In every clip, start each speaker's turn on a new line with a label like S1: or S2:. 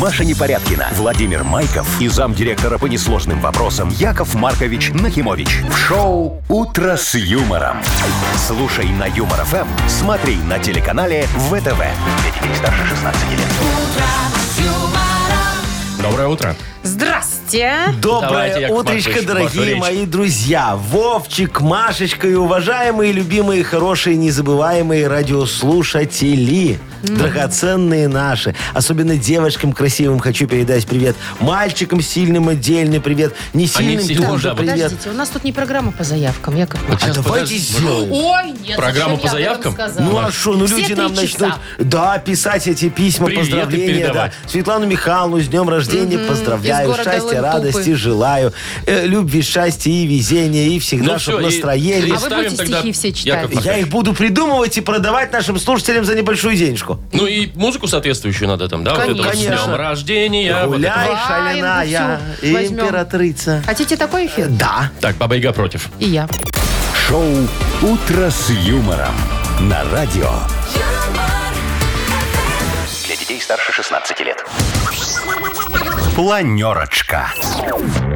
S1: Маша Непорядкина, Владимир Майков и замдиректора по несложным вопросам Яков Маркович Нахимович. В шоу «Утро с юмором». Слушай на Юмор ФМ, смотри на телеканале ВТВ. Для детей старше 16 лет.
S2: Доброе утро.
S3: Здрасте.
S2: Давайте,
S4: Доброе
S2: Яков
S4: утречко,
S2: Маркович, вашу
S4: дорогие
S2: речь.
S4: мои друзья. Вовчик, Машечка и уважаемые, любимые, хорошие, незабываемые радиослушатели. Драгоценные наши. Особенно девочкам красивым хочу передать привет. Мальчикам сильным отдельный привет. Не сильным
S2: сильным,
S4: тоже
S2: да, вот-
S4: привет.
S3: Подождите, у нас тут не программа по заявкам, Яков Маркович.
S4: А
S2: Сейчас,
S4: давайте
S2: подожди,
S4: сделаем.
S3: Ой, нет.
S2: Программу
S3: зачем
S2: по
S3: я об
S2: заявкам?
S3: этом сказала?
S4: Ну а что, ну
S3: Все
S4: люди
S3: три
S4: нам
S3: часа.
S4: начнут да, писать эти письма,
S2: Приветы
S4: поздравления. Да.
S2: передавать.
S4: Светлану Михайловну с днем рождения
S3: из
S4: поздравляю,
S3: города
S4: счастья,
S3: Лынтупы.
S4: радости желаю, э, любви, счастья и везения, и всегда,
S2: Ну
S4: чтобы
S2: всё, и-
S4: настроение.
S3: А вы
S2: ставим
S3: будете
S2: тогда
S3: стихи все читать?
S2: Яков Маркович.
S4: Я их буду придумывать и продавать нашим слушателям за небольшую денежку.
S2: Ну и музыку соответствующую надо там, да? Вот это вот
S4: Конечно.
S2: с днем рождения. вот это
S4: Гуляй,
S3: вот.
S4: шаляная,
S3: Ваенку всю возьмем.
S4: императрица.
S3: Хотите такой эфир?
S4: Да.
S2: вот. Так, Баба Яга против.
S3: И я.
S1: Шоу «Утро с юмором» на радио. Для детей старше 16 лет. Планерочка.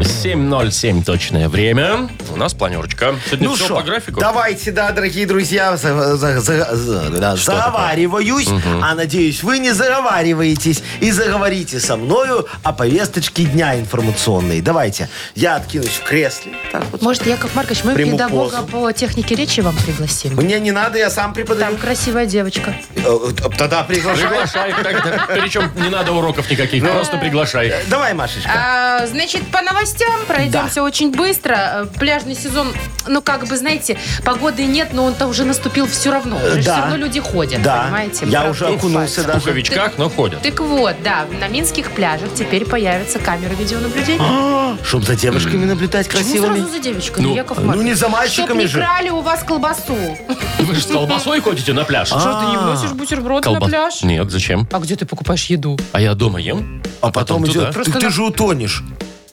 S2: 7.07 точное время. У нас планерочка. Сегодня все
S4: Ну шо,
S2: Ну по графику.
S4: давайте, да, дорогие друзья, за- за- за- за- да, заговариваюсь, а надеюсь, вы не заговариваетесь и заговорите со мною о повесточке дня информационной. Давайте, я откинусь в кресле. Так вот.
S3: Может, Яков Маркович, мы
S4: Приму
S3: педагога
S4: позу.
S3: по технике речи вам пригласим?
S4: Мне не надо, я сам преподаю.
S3: Там красивая девочка.
S4: Э, э, Тогда приглашаю.
S2: Приглашай. так, Причем не надо уроков никаких, просто приглашай.
S4: Давай, Машечка.
S3: А, значит, по новостям пройдемся очень быстро. Э, Пляжный сезон, ну, как бы, знаете, погоды нет, но он-то уже наступил все равно. Уже
S4: да.
S3: Все равно люди ходят,
S4: Да,
S3: А, понимаете?
S4: я
S3: Правда,
S4: уже
S3: и
S4: окунулся
S3: фальш.
S2: В
S4: даже.
S2: пуховичках, но ходят.
S3: Так вот, да, на минских пляжах теперь появятся камеры видеонаблюдения.
S4: Чтоб за девушками наблюдать
S3: Почему
S4: красивыми.
S3: сразу за девочками,
S2: Ну,
S3: Яков
S4: ну,
S3: Маркович?
S4: не за
S3: Чтоб
S4: мальчиками
S3: не
S4: же.
S3: крали у вас колбасу.
S2: Вы же с колбасой ходите на пляж.
S3: Что, ты не
S4: А,
S3: вносишь бутерброд на
S2: Колба-
S3: пляж?
S2: Нет, зачем?
S3: А где ты покупаешь еду?
S2: А я дома ем.
S4: А потом
S2: Потом
S4: идет.
S2: туда.
S4: Ты, ты же утонешь.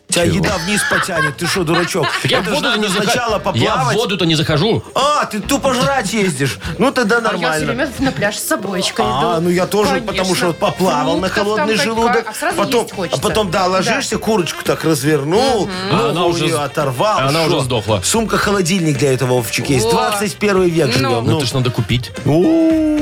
S4: Тебя еда вниз потянет. Ты что, дурачок?
S2: Так я в
S4: Это ж
S2: воду-то не
S4: надо сначала
S2: захожу. Я в
S4: поплавать.
S2: воду-то не захожу.
S4: А, ты тупо жрать ездишь. Ну тогда
S3: А я все
S4: нормально.
S3: время на пляж с собойчикой
S4: А,
S3: иду.
S4: ну я тоже,
S3: Конечно.
S4: потому что вот поплавал на
S3: Фруктов там
S4: холодный
S3: хоть
S4: желудок.
S3: как, А сразу
S4: потом,
S3: есть хочется.
S4: а потом, да, ложишься, курочку так развернул,
S2: А она
S4: ногу у
S2: уже
S4: нее
S2: с-
S4: оторвал.
S2: а она
S4: Шо?
S2: уже сдохла.
S4: Сумка-холодильник для этого, Вовчик, есть.
S3: О.
S4: 21 век живем.
S2: Ну, это ж надо купить.
S4: Ну.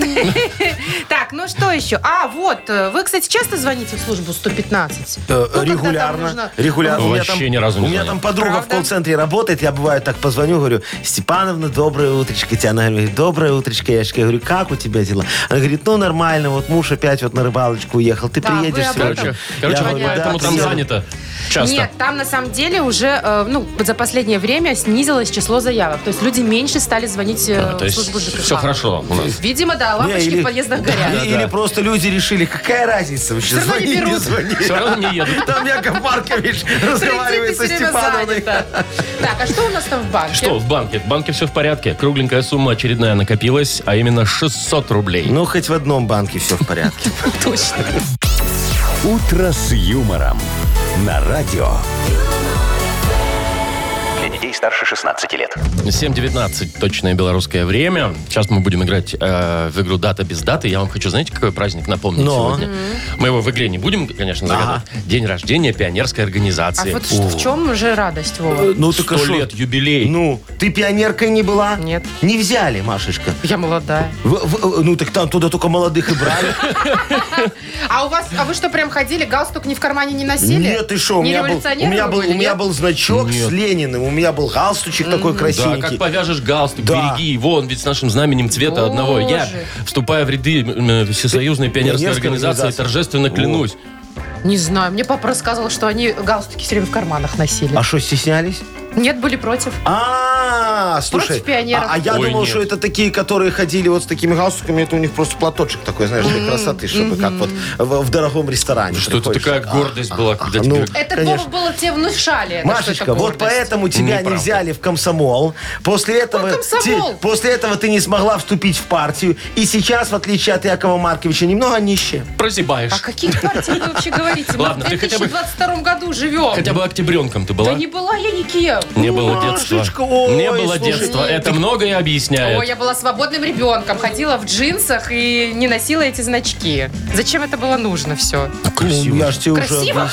S3: Так, ну что еще? А, вот, э, вы, кстати, часто звоните в службу 115?
S4: Э,
S3: Ну, когда там
S4: регулярно,
S3: нужно-
S4: регулярно. У меня
S2: Вообще
S4: там-
S2: ни разу не
S4: У меня
S2: звонил.
S4: там подруга в
S3: Правда?
S4: колл-центре работает, я бывает так позвоню, говорю, Степановна, доброе утречко тебе. Она говорит, доброе утречко, Яшка. Я говорю, как у тебя дела? Она говорит, ну нормально, вот муж опять вот на рыбалочку уехал, ты
S3: Да, вы
S4: приедешь
S3: об
S4: сегодня.
S3: этом-
S2: Короче,
S4: Я
S2: короче
S4: говорю,
S2: вот
S3: понятно.
S4: «Да,
S2: поэтому там
S3: всё».
S4: приеду».
S2: занято часто.
S3: Нет, там на самом деле уже, э, ну, за последнее время снизилось число заявок. То есть люди меньше стали звонить э,
S2: А, то
S3: в
S2: есть
S3: службу ЖКХ.
S2: все хорошо ну, у нас.
S3: Видимо, да,
S4: Не,
S3: лампочки
S4: или-
S3: в подъездах горят.
S4: Да, Или просто люди решили, какая разница вообще,
S3: Всё равно не
S4: звони, не
S3: берут.
S4: звони.
S2: Все равно не едут.
S4: Там Яков Маркович
S3: Прийти,
S4: разговаривает
S3: ты
S4: со
S3: всё время
S4: Степановной.
S3: занята. Так, а что у нас там в банке?
S2: Что в банке? В банке все в порядке. Кругленькая сумма очередная накопилась, а именно 600 рублей.
S4: Ну, хоть в одном банке все в порядке.
S3: Точно.
S1: «Утро с юмором» на радио.
S5: Для детей старше 16 лет.
S2: 7.19 точное белорусское время. Сейчас мы будем играть э, в игру «Дата без даты». Я вам хочу, знаете, какой праздник напомнить
S4: Но.
S2: сегодня? Мы его в игре не будем, конечно, загадывать. День рождения пионерской
S3: А
S2: организации.
S3: вот ш- в чем же радость, Вова?
S4: Ну,
S2: Сто лет, юбилей.
S4: Ну, ты пионеркой не была?
S3: Нет.
S4: Не взяли, Машечка.
S3: Я молодая.
S4: В- в- ну, так там туда только молодых и брали.
S3: А у вас, а вы что, прям ходили, галстук ни в кармане не носили?
S4: Нет, ты что, у
S3: Не
S4: меня был, у
S3: революционеры
S4: меня
S3: вы
S4: был,
S3: были,
S4: у меня
S3: нет?
S4: был значок
S2: Нет.
S4: с Лениным, у меня был галстучек такой
S2: Да, как
S4: красивенький.
S2: повяжешь галстук,
S4: Да.
S2: береги его, он ведь с нашим знаменем цвета
S3: Боже.
S2: одного. Я, вступая в ряды м, э, Всесоюзной пионерской
S4: Пионерской
S2: организации,
S4: организации.
S2: торжественно клянусь.
S3: Не знаю, мне папа рассказывал, что они галстуки все время в карманах носили.
S4: А что, стеснялись?
S3: Нет, были против.
S4: А, слушай,
S3: Против пионеров.
S4: а, а я
S2: Ой,
S4: думал,
S2: нет.
S4: что это такие, которые ходили вот с такими галстуками, это у них просто платочек такой, знаешь, для красоты, чтобы как вот в, в дорогом ресторане.
S2: Ну, Что это
S4: приходишь.
S2: такая
S4: А,
S2: гордость была, когда
S4: а,
S2: тебе
S4: ну,
S3: Это
S4: конечно.
S3: Вова, было тебе внушали. это, что
S4: Машечка,
S3: это
S4: вот
S3: гордость.
S4: поэтому тебя не,
S2: Неправда.
S4: взяли в комсомол. После этого,
S3: комсомол?
S4: Ты, после этого ты не смогла вступить в партию. И сейчас, в отличие от Якова Марковича, немного нищая.
S2: прозябаешь.
S3: О каких партиях А вы вообще говорите? Мы
S2: Ладно,
S3: в
S2: ты хотя бы-
S3: 2022 году живем.
S2: Хотя бы октябренком ты была?
S3: Да не была я никем.
S2: Не было детства.
S4: Машечка, ой,
S2: не было было
S4: слушай,
S2: детство. Это многое
S3: Ой,
S2: объясняет.
S3: я была свободным ребенком, ходила в джинсах и не носила эти значки. Зачем это было нужно все?
S4: Ну, я ж тебе уже
S3: Красиво?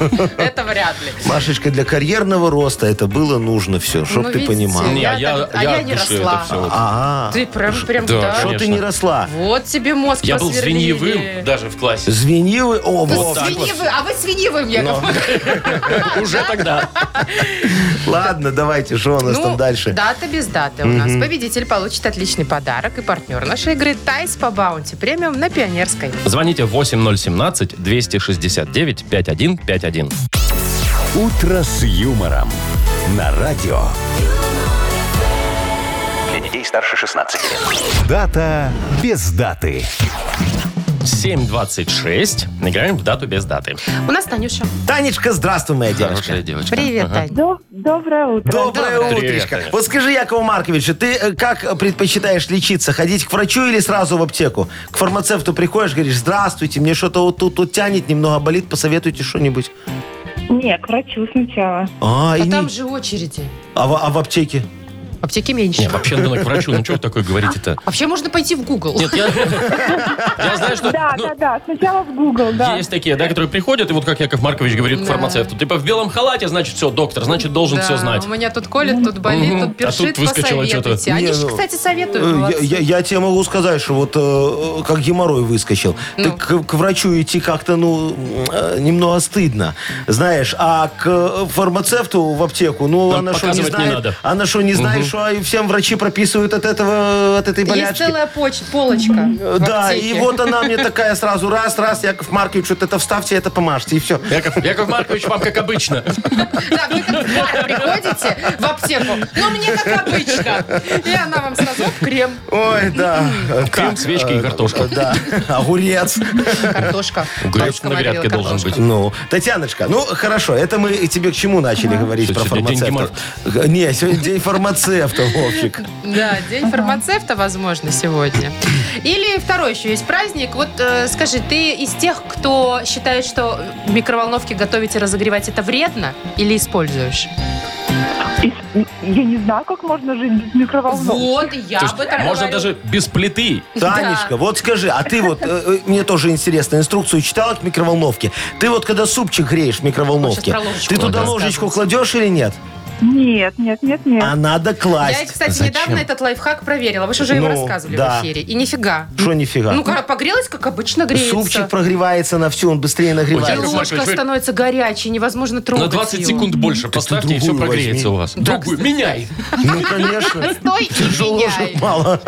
S4: объяснил.
S3: Это вряд ли.
S4: Машечка, для карьерного роста это было нужно все, чтоб
S3: Ну,
S4: ты
S3: видите.
S4: понимал.
S2: Не,
S3: Я
S2: я,
S3: так- а я
S2: от
S3: не
S2: души
S3: росла.
S2: это все.
S4: А,
S3: Ты прям, прям
S2: да,
S3: так.
S4: что ты
S2: конечно.
S4: не росла?
S3: Вот тебе мозг
S2: Я был
S3: просверлили.
S2: звеньевым даже в классе.
S4: Звенивый? О,
S3: Да
S4: вот.
S2: так
S3: свиньевым, а вы свиньевым, Яков Маркович. А,
S2: Уже тогда.
S4: Ладно, давайте, что у нас
S3: Ну,
S4: там дальше?
S3: дата без даты у нас. Победитель получит отличный подарок и партнер нашей игры Тайс по баунти премиум на Пионерской.
S2: Звоните 8017-269-5151.
S1: «Утро с юмором» на радио.
S5: Для детей старше 16 лет.
S1: Дата без даты.
S2: 7.26. Играем в дату без даты.
S3: У нас Танюша.
S4: Танечка, здравствуй, моя девочка.
S2: Хорошая девочка.
S3: Привет, Тань.
S6: До- доброе утро.
S4: Доброе
S2: Привет,
S4: утречко.
S2: Таня.
S4: Вот скажи, Якову Марковичу, ты э, как э, предпочитаешь лечиться? Ходить к врачу или сразу в аптеку? К фармацевту приходишь, говоришь, здравствуйте, мне что-то вот тут, тут тянет, немного болит, посоветуйте что-нибудь.
S6: Не, к врачу сначала.
S4: А, и
S3: А
S4: не-
S3: там же очереди.
S4: а в- а в аптеке?
S3: Аптеки
S2: Не,
S3: меньше.
S2: вообще надо к врачу. Ну что вы такое говорите-то?
S3: Вообще можно пойти в Google.
S2: Нет, я, я знаю, что
S6: Да,
S2: ну,
S6: да, да. Сначала в Google, да.
S2: есть такие, да, которые приходят, и вот как Яков Маркович говорит к
S3: Да.
S2: фармацевту, типа в белом халате, значит, все, доктор, значит, должен
S3: Да,
S2: все знать.
S3: У меня тут колет, тут болит,
S2: Мгм. А
S3: тут першит,
S2: тут выскочило
S3: посоветуйте.
S2: что-то.
S3: Они
S4: Не,
S3: же,
S4: ну,
S3: кстати,
S4: Э,
S3: советуют.
S4: Я,
S3: молодцы.
S4: я- я тебе могу сказать, что вот э, как геморрой выскочил.
S3: Ну.
S4: Так к, к врачу идти как-то, ну, э, немного стыдно. Знаешь, а к фармацевту в аптеку, ну,
S2: Да,
S4: она что не
S2: показывать не
S4: знает,
S2: надо.
S4: она что не знает, что и всем врачи прописывают от этого, от этой
S3: Есть
S4: болячки.
S3: целая поч- полочка
S4: Э,
S3: в
S4: Да,
S3: аптеке.
S4: и вот она мне такая сразу, раз, раз, Яков Маркович, вот это вставьте, это помажьте, и все.
S2: Яков, Яков Маркович, вам как обычно.
S3: Да, вы как в бар приходите в аптеку. Ну, мне как обычно. И она вам сразу в крем,
S4: Ой, да. э,
S2: Крем, свечки и картошка.
S4: Да, огурец.
S3: картошка.
S2: Огурец
S3: Бабушка
S2: на
S3: варила
S2: грядке должен
S3: картошку.
S2: быть.
S4: Ну, Татьяночка, ну хорошо, это мы и тебе к чему начали говорить
S2: Что,
S4: про
S2: сегодня день
S4: фармацевтов? Не, сегодня день фармацевтов, Вовчик.
S3: Да, день фармацевта, возможно, сегодня. Или второй еще есть праздник. Вот э, скажи, ты из тех, кто считает, что в микроволновке готовить и разогревать это вредно или используешь?
S6: И- Я не знаю, как можно жить без микроволновки.
S3: Вот, и я
S2: То
S3: об
S2: есть
S3: этом
S2: можно
S3: говорю.
S2: даже без плиты.
S4: Танечка,
S3: Да.
S4: вот скажи, а ты вот, э, э, мне тоже интересно, инструкцию читала к микроволновке? Ты вот когда супчик греешь в
S3: Он
S4: микроволновке,
S3: щас про ложечку
S4: ты туда
S3: рассказывает.
S4: ложечку кладешь или нет?
S6: Нет, нет, нет, нет.
S4: А надо
S3: Я,
S4: класть.
S3: кстати,
S2: Зачем?
S3: недавно этот лайфхак проверила. Вы же уже его
S4: Ну,
S3: рассказывали
S4: да.
S3: в эфире. И нифига.
S4: Что нифига?
S3: Ну, как погрелась, как обычно греется.
S4: Супчик прогревается на всю, он быстрее
S3: И
S2: Яков
S4: нагревается.
S3: ложка
S2: Маркович, вы-
S3: становится горячей, невозможно трогать
S2: На 20
S3: ее.
S2: секунд больше поставьте, и все
S4: другую
S2: прогреется
S4: возьми.
S2: у вас.
S3: Да,
S2: Другую. Меняй.
S4: Ну, конечно.
S3: Стой и
S4: Тяжело
S3: меняй.
S4: же, мало.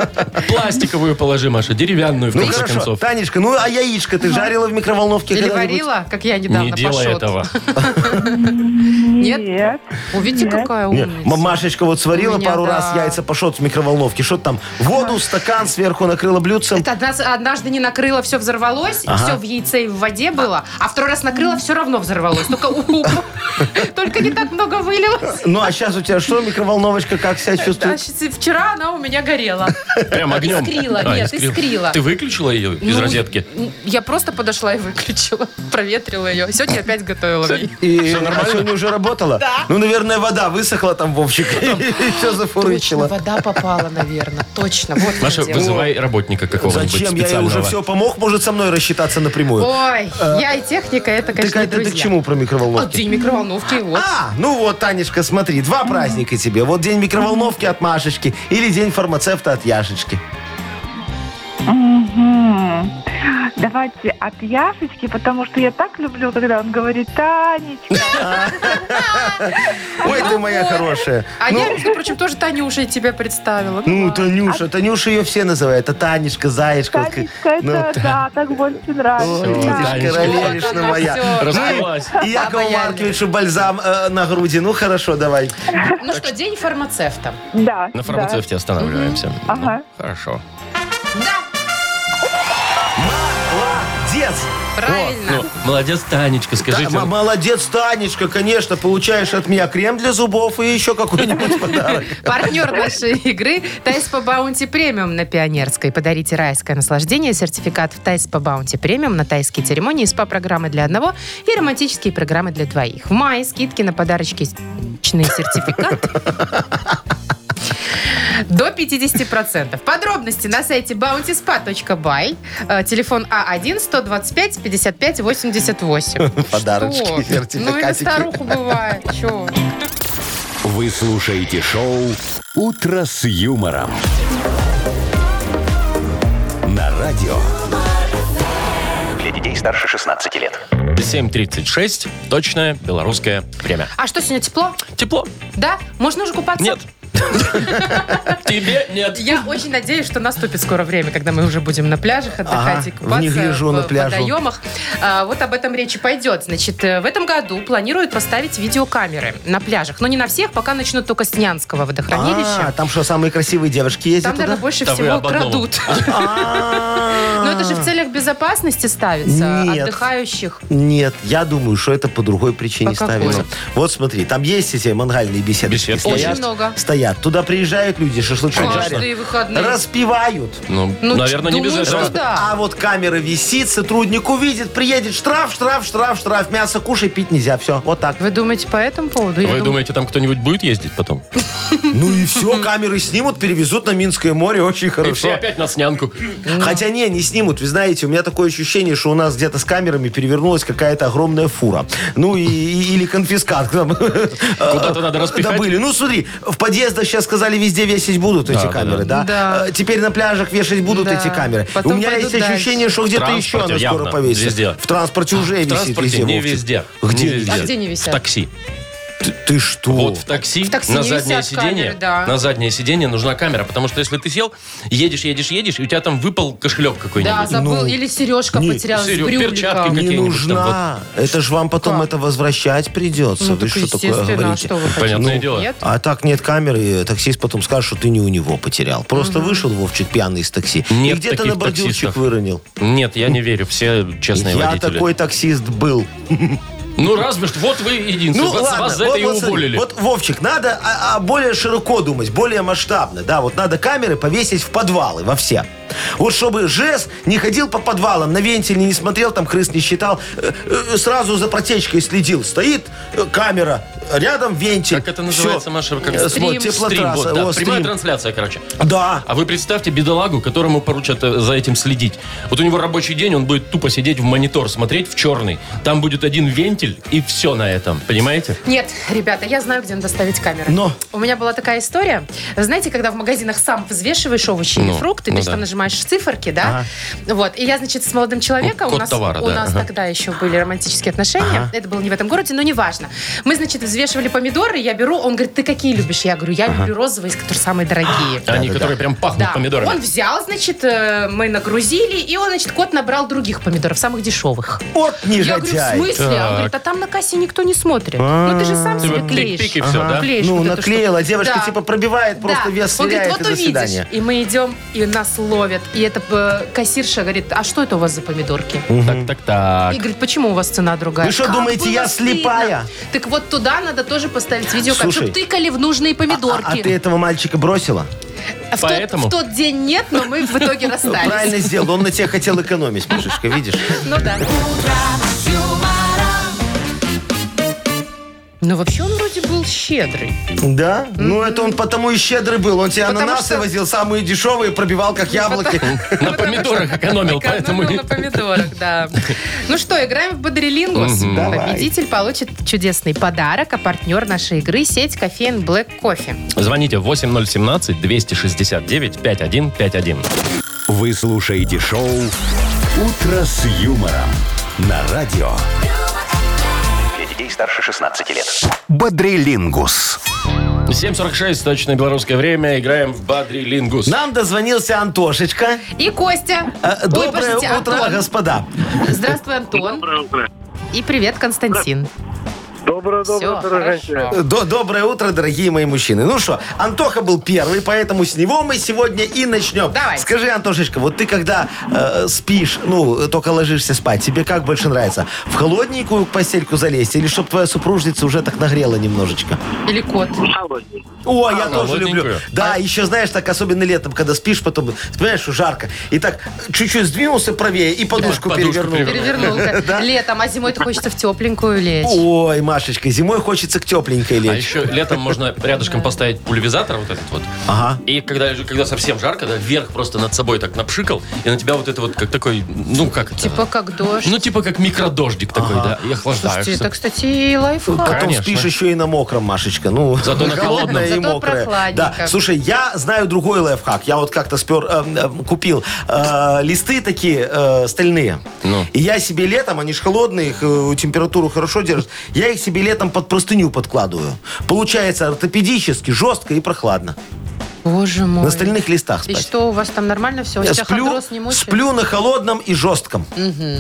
S2: Пластиковую положи, Маша, деревянную, в
S4: Ну
S2: конце
S4: хорошо,
S2: концов.
S4: Танечка, ну а яичко ты жарила в микроволновке
S3: Или
S4: когда-нибудь?
S3: варила, как я недавно
S2: Не делай
S3: пошот.
S2: этого.
S3: Нет?
S6: Нет.
S3: О, видите, какая
S4: Не,
S3: умница.
S4: М- Машечка вот сварила
S3: У меня,
S4: пару
S3: да.
S4: раз яйца, пошел в микроволновке. Что там? Воду, стакан сверху накрыла блюдцем.
S3: Это одна- однажды не накрыла, все взорвалось, все в яйце и в воде было, а второй раз накрыла, все равно взорвалось. Только, у- только не так много вылилось.
S4: Ну а сейчас у тебя что, микроволновочка как себя
S3: Да,
S4: чувствует?
S3: щас- вчера она у меня горела.
S2: Прям огнем.
S3: Искрила, нет, искрила.
S2: Ты выключила ее из
S3: Ну,
S2: розетки?
S3: Я просто подошла и выключила, проветрила ее. Сегодня опять готовила. ей.
S4: И а сегодня уже работала? Ну, наверное, вода высохла там, Вовчик, и все
S3: Точно,
S4: зафурычило.
S3: вода попала, наверное. Точно, вот в чем
S2: Маша,
S3: дело.
S2: вызывай работника какого-нибудь
S4: Зачем? Я ей
S2: специального.
S4: уже все помог, может со мной рассчитаться напрямую.
S3: Ой, я и техника, это,
S4: Ты,
S3: конечно,
S4: Кать,
S3: не
S4: ты
S3: друзья.
S4: к чему про
S3: А,
S4: микроволновки?
S3: день микроволновки, вот.
S4: А, ну вот, Танечка, смотри, два праздника тебе. Вот день микроволновки от Машечки или день фармацевта от Яшечки.
S6: Мгм. Давайте от Яшечки, потому что я так люблю, когда он говорит «Танечка».
S4: Ну, Ой, ты моя хорошая.
S3: А
S4: Ну,
S3: я, между прочим, тоже Танюшей тебя представила.
S4: Ну, Танюша, Танюша ее все называют. А Танечка, Заячка. вот как-
S6: Танечка,
S4: Ну,
S6: это, да, так больше нравится.
S4: Ой,
S2: Всё,
S4: Танечка,
S6: Да.
S2: Танечка.
S3: Вот
S4: королевишна
S3: она
S4: моя.
S3: всё.
S2: Раздалась.
S4: И Якову
S3: Обаяние.
S4: Марковичу бальзам э, на груди. Ну, хорошо, давай.
S3: Ну что, день фармацевта.
S6: Да,
S2: На
S6: да.
S2: фармацевте останавливаемся.
S6: Ага.
S2: Ну, Хорошо.
S4: Молодец!
S3: Правильно.
S2: Ну, молодец, Танечка, скажите.
S4: Та- м- молодец, Танечка, конечно. Получаешь от меня крем для зубов и еще какой-нибудь подарок.
S3: Партнер нашей игры Тайс по Баунти Премиум на Пионерской. Подарите райское наслаждение, сертификат в Тайс по Баунти Премиум на тайские церемонии, СПА-программы для одного и романтические программы для двоих. В мае скидки на подарочный сертификат До 50%. Подробности на сайте bountyspa.by. Э, Телефон А1-125-55-88.
S4: Подарочки,
S3: Что? Ну и на
S4: сертификатики.
S3: старуху бывает. Чего?
S1: Вы слушаете шоу «Утро с юмором». На радио
S5: Для детей старше 16 лет.
S2: 7.36, точное белорусское время.
S3: А что, сегодня тепло?
S2: Тепло?
S3: Да? Можно уже купаться?
S2: Нет. Тебе нет.
S3: Я очень надеюсь, что наступит скоро время, когда мы уже будем на пляжах отдыхать
S4: Ага,
S3: и купаться
S4: не гляжу
S3: в
S4: на пляжу.
S3: водоемах. А, вот об этом речь и пойдет. Значит, э, в этом году планируют поставить видеокамеры на пляжах. Но не на всех, пока начнут только с Нянского
S4: А,
S3: водохранилища.
S4: там что, самые красивые девушки ездят
S3: Там, наверное,
S4: туда? А.
S3: больше
S2: Да вы
S3: всего
S2: об одном.
S3: крадут. Но
S4: Но
S3: Ну, это же в целях безопасности ставится
S4: Нет.
S3: отдыхающих.
S4: Нет, я думаю, что это по другой причине
S3: По какой?
S4: ставится. Вот смотри, там есть эти мангальные беседки.
S2: Беседки.
S3: Очень
S4: Стоят,
S3: много.
S4: стоят. Туда приезжают люди, шашлычок
S3: Каждые
S4: жарят.
S3: выходные.
S4: Распивают.
S2: Ну,
S3: Ну,
S2: наверное, не без
S3: думаю,
S2: этого.
S3: что да.
S4: А вот камера висит, сотрудник увидит, приедет, штраф, штраф, штраф, штраф, мясо кушай, пить нельзя, все, вот так.
S3: Вы думаете по этому поводу? Я
S2: Вы
S3: думаю-
S2: думаете, там кто-нибудь будет ездить потом?
S4: Ну и все, камеры снимут, перевезут на Минское море, очень
S2: И все
S4: хорошо.
S2: опять на снянку.
S4: Хотя не, не снимут, вы знаете, у меня такое ощущение, что у нас где-то с камерами перевернулась какая-то огромная фура. Ну и, и- или конфискат. Куда-то
S2: Куда-то надо распихать.
S4: Добыли. Ну смотри, в подъездах сейчас сказали, везде весить будут эти
S2: да,
S4: камеры,
S2: да.
S4: да?
S3: Да.
S4: Э, Теперь на пляжах вешать будут
S3: Да.
S4: эти камеры.
S3: Потом
S4: У меня
S3: пойдут
S4: есть ощущение, что где-то
S2: В
S4: еще она
S2: транспорте
S4: скоро
S2: явно,
S4: повесит.
S2: везде.
S4: В транспорте уже
S2: В
S4: висит
S2: транспорте
S4: везде,
S2: не
S4: Вовчик.
S2: везде.
S4: Где?
S2: Не везде.
S3: А где не висят?
S2: В такси.
S4: Ты, ты что?
S2: Вот в такси,
S3: В такси
S2: на
S3: не
S2: заднее
S3: висят
S2: сиденье,
S3: камеры, да.
S2: на заднее сиденье нужна камера, потому что если ты сел, едешь, едешь, едешь, и у тебя там выпал кошелек
S3: Да,
S2: какой-нибудь.
S3: забыл.
S4: Ну,
S3: Или сережка
S4: не,
S3: потерялась Ну, с
S2: серёг,
S3: брюликом.
S2: перчатки
S4: Не
S2: какие-нибудь
S4: нужна. Это же вам потом
S3: Как?
S4: это возвращать придется.
S3: Ну,
S4: вы
S3: так
S4: что такое
S3: естественно, а
S4: говорите?
S3: что вы хотите?
S2: Понятное дело.
S3: Нет?
S4: А так нет камеры, и таксист потом скажет, что ты не у него потерял. Просто вышел Вовчик пьяный из такси
S2: Нет
S4: и где-то
S2: таких
S4: на бордюрчик
S2: таксистов.
S4: выронил.
S2: Нет, я не верю, все честные
S4: Я
S2: водители.
S4: такой таксист был.
S2: Ну разве что, вот вы единственный, вас, вас за это
S4: Ну, вот-
S2: и
S4: вот смотри,
S2: уволили.
S4: вот, Вовчик, надо а, а, более широко думать, более масштабно. Да, вот надо камеры повесить в подвалы во все. Вот чтобы ЖЭС не ходил по подвалам, на вентиль не смотрел, там крыс не считал, э, э, сразу за протечкой следил. Стоит э, камера, рядом вентиль.
S2: Как это называется,
S4: Всё.
S2: Маша? Как...
S4: Э, смотри,
S2: Стрим,
S4: теплотрасса,
S2: вот, да, прямая
S4: о, стрим.
S2: трансляция, короче.
S4: Да.
S2: А вы представьте бедолагу, которому поручат э, за этим следить. Вот у него рабочий день, он будет тупо сидеть в монитор, смотреть в черный. Там будет один вентиль, и все на этом. Понимаете?
S3: Нет, ребята, я знаю, где надо ставить камеры.
S4: Но.
S3: У меня была такая история. Знаете, когда в магазинах сам взвешиваешь овощи
S2: Ну,
S3: и фрукты,
S2: ну
S3: ты же
S2: да.
S3: там нажимаешь циферки, да? Вот. И я, значит, с молодым человеком...
S2: Код
S3: у нас,
S2: товара,
S3: у
S2: да,
S3: нас
S2: ага.
S3: тогда еще были романтические отношения. Это было не в этом городе, но неважно. Мы, значит, взвешивали помидоры, я беру, он говорит, ты какие любишь? Я говорю, я люблю розовые, которые самые дорогие.
S2: А, Они, которые прям пахнут
S3: Да.
S2: помидорами.
S3: Он взял, значит, э, мы нагрузили, и он, значит, кот набрал других помидоров, самых дешевых.
S4: Вот
S3: Я говорю, в
S4: негодяй.
S3: смысле?
S2: Так.
S3: Он говорит, а там на кассе никто не смотрит. Ну ты же сам
S2: Ты
S3: себе
S2: вот
S3: клеишь.
S2: пик-пик и всё, да?
S3: Клеишь
S4: ну,
S3: вот эту
S4: наклеила,
S3: штуку.
S4: девочка
S3: Да.
S4: типа пробивает, просто
S3: Да.
S4: вес
S3: Он говорит,
S4: сверяет
S3: вот
S4: и до
S3: увидишь.
S4: свидания.
S3: И мы идем, и нас ловят. И эта э, кассирша говорит, а что это у вас за помидорки?
S2: Так, так, так.
S3: И говорит, почему у вас цена другая?
S4: Вы что,
S3: Как
S4: думаете,
S3: было
S4: я
S3: стыдно?
S4: слепая?
S3: Так вот туда надо тоже поставить видеокамеру,
S4: Слушай,
S3: чтобы тыкали в нужные
S4: А,
S3: помидорки.
S4: а ты этого мальчика бросила?
S3: в, тот,
S2: Поэтому?
S3: в тот день нет, но мы в итоге расстались.
S4: Правильно сделал. Он на тебя хотел экономить, Мишечка, видишь?
S3: Ну да. Ну вообще он вроде был щедрый.
S4: Да? Ну, это он потому и щедрый был. Он тебе
S3: Потому
S4: ананасы
S3: что-
S4: возил, самые дешевые, пробивал, как яблоки.
S2: На помидорах экономил, Ну, поэтому...
S3: Экономил на помидорах, да. Ну что, играем в Бодрилингус.
S2: Мгм.
S4: Давай.
S3: Победитель получит чудесный подарок, а партнер нашей игры – сеть кофеин Black Кофе.
S2: Звоните 8017-269-5151.
S1: вы слушаете шоу «Утро с юмором». На радио
S5: Для детей старше 16 лет.
S1: «Бодрилингус».
S2: 7.46, точное белорусское время. Играем в Бадрилингус.
S4: Нам дозвонился Антошечка.
S3: И Костя.
S4: Э,
S3: Ой,
S4: Доброе
S3: подождите, а
S4: утро,
S3: Антон.
S4: господа.
S3: Здравствуй, Антон.
S7: Доброе утро.
S3: И привет, Константин.
S7: Доброе,
S3: Все,
S7: доброе, дорогая.
S3: хорошо.
S4: Э, до- Доброе утро, дорогие мои мужчины. Ну что, Антоха был первый, поэтому с него мы сегодня и начнем.
S3: Давай.
S4: Скажи, Антошечка, вот ты когда э, спишь, ну, э, только ложишься спать, тебе как больше нравится? В холодненькую постельку залезть или чтобы твоя супружница уже так нагрела немножечко?
S3: Или кот.
S7: Холодный.
S4: О, я тоже
S2: холодненькую.
S4: люблю. Да, еще знаешь, так особенно летом, когда спишь, потом, понимаешь, что жарко. И так чуть-чуть сдвинулся правее и подушку
S2: подушку
S4: перевернул.
S2: перевернул.
S3: Перевернул. да. Летом, а зимой-то хочется в тепленькую лечь.
S4: Ой, Машечка, зимой хочется к тепленькой
S2: А
S4: лечь.
S2: еще летом можно рядышком поставить пульверизатор вот этот вот.
S4: Ага.
S2: И когда, когда совсем жарко, да, вверх просто над собой так напшикал, и на тебя вот это вот как такой, ну как это?
S3: Типа как дождь.
S2: Ну типа как микродождик такой, да, и
S3: Слушайте,
S2: охлаждаешься.
S3: это, кстати, и лайфхак.
S4: Потом
S2: Конечно.
S4: спишь еще и на мокром, Машечка. Ну,
S2: Зато на холодном.
S4: холодное и
S3: Зато
S4: мокрое.
S3: прохладненько.
S4: Да. Слушай, я знаю другой лайфхак. Я вот как-то спер, эм, эм, купил э, листы такие э, стальные.
S2: Ну.
S4: И я себе летом, они же холодные, их э, температуру хорошо держат. Я их себе летом под простыню подкладываю. Получается ортопедически, жестко и прохладно.
S3: Боже мой.
S4: На стальных листах
S3: И
S4: спать.
S3: что, у вас там нормально все? У
S4: Я
S3: тебя
S4: сплю,
S3: хондроз не мучает?
S4: сплю на холодном и жестком.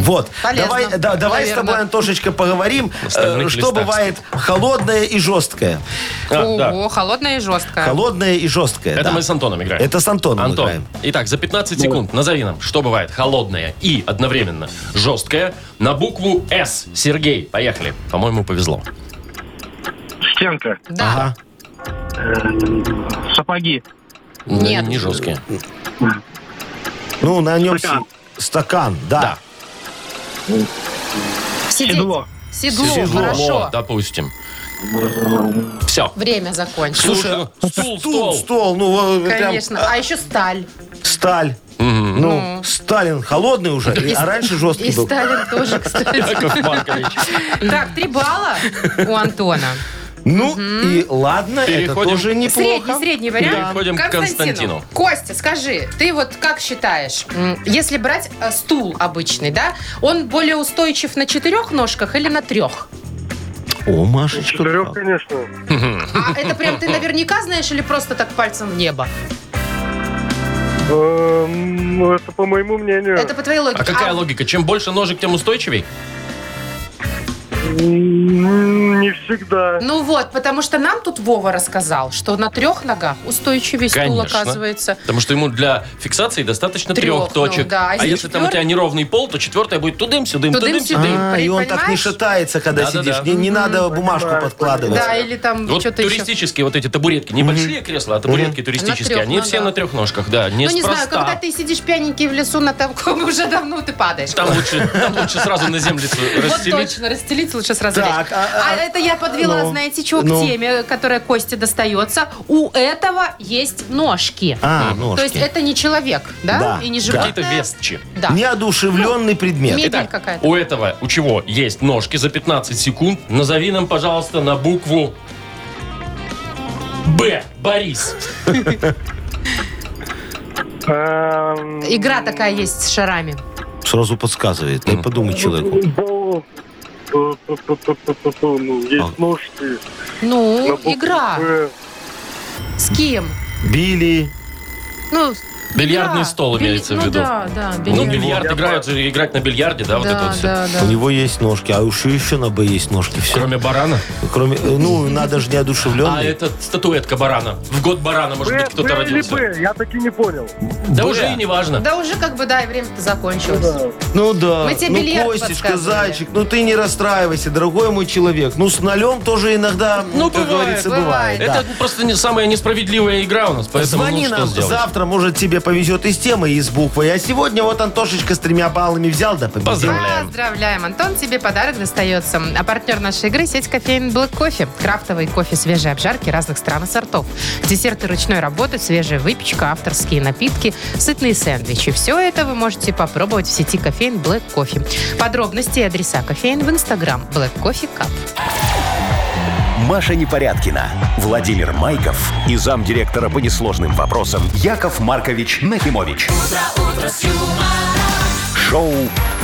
S4: Вот.
S3: Полезно.
S4: Давай, да- давай с
S3: Наверно.
S4: тобой, Антошечка, поговорим,
S2: На стальных
S4: э, что
S2: листах
S4: бывает холодное и жесткое.
S2: А, да.
S3: Ого, холодная и жесткая.
S4: Холодное и жесткое.
S2: А. Это
S4: да.
S2: мы с Антоном играем.
S4: Это с Антоном
S2: Антон,
S4: играем.
S2: итак, за
S3: Ну.
S2: 15 секунд назови нам, что бывает холодное и одновременно жесткое на букву «С». Сергей, поехали. По-моему, повезло.
S7: Стенка.
S3: Да.
S4: Ага.
S7: Сапоги.
S2: Ну,
S3: Нет.
S2: Не жесткие.
S4: Ну, на нем
S7: Стакан.
S4: с- стакан, да.
S2: Да.
S3: Сидеть.
S7: Седло.
S3: Седло,
S4: Седло.
S3: хорошо.
S2: О, допустим. Все.
S3: Время закончилось.
S2: Слушай, стул,
S4: Стул,
S2: стол.
S4: стол, ну, э, прям
S3: Конечно. А еще сталь.
S4: сталь. Ну, Сталин холодный уже,
S3: Э,
S4: и- а раньше жесткий
S3: И
S4: был.
S3: Сталин тоже, кстати.
S2: Яков Маркович.
S3: Так, три балла у Антона.
S4: Ну, и ладно,
S2: Переходим.
S4: это тоже неплохо.
S3: Средний, средний вариант.
S2: Переходим к Константину.
S3: Костя, скажи, ты вот как считаешь, м, если брать э, стул обычный, да, он более устойчив на четырех ножках или на трех?
S4: О, Машечка.
S7: Четырех,
S4: как.
S7: конечно.
S3: А это прям ты наверняка знаешь или просто так пальцем в небо?
S7: Эм, ну, это по моему мнению.
S3: Это по твоей логике.
S2: А какая логика? Чем больше ножек, тем устойчивей?
S7: М, Не всегда.
S3: Ну вот, потому что нам тут Вова рассказал, что на трех ногах устойчивый стул
S2: Конечно.
S3: оказывается.
S2: Потому что ему для фиксации достаточно трех,
S3: Трех, ну
S2: точек.
S3: да. А
S2: а
S3: если
S2: если там у тебя
S3: четвёр-
S2: неровный пол, то четвертая будет тудым-сюдым,
S3: Тудым-сюдым.
S2: тудым-сюдым.
S4: А, и он так не
S3: Понимаешь?
S4: шатается, когда
S2: Да-да-да.
S4: сидишь. Не, не надо бумажку
S7: понимаю.
S4: подкладывать.
S3: Да, или там
S2: Вот
S3: что-то еще.
S2: туристические вот эти табуретки, небольшие кресла, а табуретки туристические,
S3: трёх
S2: они все
S3: ногах.
S2: на трех ножках, да,
S3: Ну, не
S2: неспроста.
S3: знаю, когда ты сидишь пьяненький в лесу на таком, уже давно ты падаешь.
S2: Там лучше, там лучше сразу на землю
S3: Вот
S2: расстелить.
S3: точно, расстелить лучше сразу
S4: Так,
S3: лечь.
S4: а- а-
S3: А это я подвела,
S4: ну,
S3: знаете, чего к
S4: ну.
S3: теме, которая Косте достается. У этого есть ножки.
S4: А, ножки.
S3: То есть это не человек, да?
S4: Да,
S3: И не
S4: да.
S3: животное.
S2: Какие-то вестчи.
S3: Да.
S4: Неодушевленный
S3: Ну,
S4: предмет.
S3: Мебель
S2: Итак,
S3: какая-то.
S2: у этого, у чего есть ножки за 15 секунд, назови нам, пожалуйста, на букву Б. Борис.
S7: Эм,
S3: Игра такая есть с шарами.
S4: Сразу подсказывает. Дай подумать человеку.
S7: ну, пу-пу-пу-пу-пу-пу, ну, Есть
S4: А.
S7: ножки. Э, на
S3: Ну,
S7: букву
S3: игра.
S7: «Б».
S3: С кем?
S4: Били.
S3: Ну,
S2: Бильярдный
S3: игра.
S2: стол
S3: Биль-
S2: имеется в
S3: ну
S2: виду.
S3: да, да,
S2: Ну,
S3: бильярд.
S2: бильярд
S7: Я
S2: играют, же играть на бильярде, да, вот Ну, это
S3: да,
S2: вот все.
S3: да, да.
S4: У него есть ножки, а уж еще на Б есть ножки. Все.
S2: Кроме барана.
S4: Кроме, э, ну, надо же
S2: А
S4: неодушевленный.
S2: это статуэтка барана. В год барана, может
S7: Б
S2: быть, кто-то
S7: Б или
S2: родился.
S7: Б? Я таки не понял.
S2: Да уже и не важно.
S3: Да уже как бы, да, и время-то закончилось.
S4: Ну да.
S3: Мы тебе
S4: ну,
S3: бильярд
S4: Костечка,
S3: подсказывали.
S4: зайчик, ну ты не расстраивайся, дорогой мой человек. Ну, с нолем тоже иногда,
S2: Ну,
S4: как
S2: бывает,
S4: говорится,
S3: бывает.
S4: бывает.
S2: Это
S4: да.
S2: просто не самая несправедливая игра у нас, поэтому
S4: Звони
S2: ну, что
S4: нам
S2: сделать?
S4: завтра, может, тебе повезет и с темой, и с буквой. А сегодня вот Антошечка с тремя баллами взял, да победил.
S2: Поздравляю.
S3: Поздравляем, Антон, тебе подарок достается. А партнер нашей игры – сеть кофеин Black Кофе. Крафтовый кофе свежей обжарки разных стран и сортов. Десерты ручной работы, свежая выпечка, авторские напитки, сытные сэндвичи. Все это вы можете попробовать в сети кофеин Black Кофе. Подробности и адреса кофеин в инстаграм Black Coffee Cup.
S1: Маша Непорядкина, Владимир Майков и замдиректора по несложным вопросам Яков Маркович Нахимович. Шоу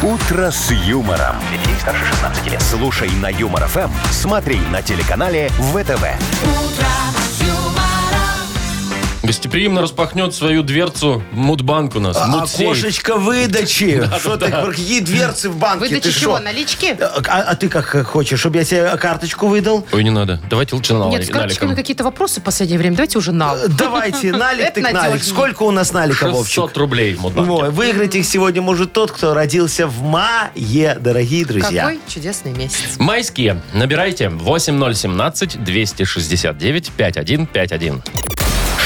S1: Утро с юмором. Для детей старше 16 лет. Слушай на юмор ФМ, смотри на телеканале ВТВ.
S2: Гостеприимно распахнет свою дверцу мудбанк у нас.
S4: А
S2: Мудсей.
S4: окошечко выдачи. Что ты, про какие дверцы в банке?
S3: Выдача
S4: Ты
S3: чего,
S4: шо?
S3: налички?
S4: А, а ты как э, хочешь, чтобы я тебе карточку выдал?
S2: Ой, не надо. Давайте лучше на
S3: Нет, с карточками какие-то вопросы в последнее время. Давайте уже на.
S4: Давайте, налик
S3: Это
S4: ты к налик.
S3: надежнее.
S4: Сколько у нас налика, Вовчик? Ну.
S2: 600 рублей в
S4: Ой,
S2: мудбанке.
S4: выиграть их сегодня может тот, кто родился в мае, дорогие друзья.
S3: Какой чудесный месяц.
S2: Майские. Набирайте 8017-269-5151.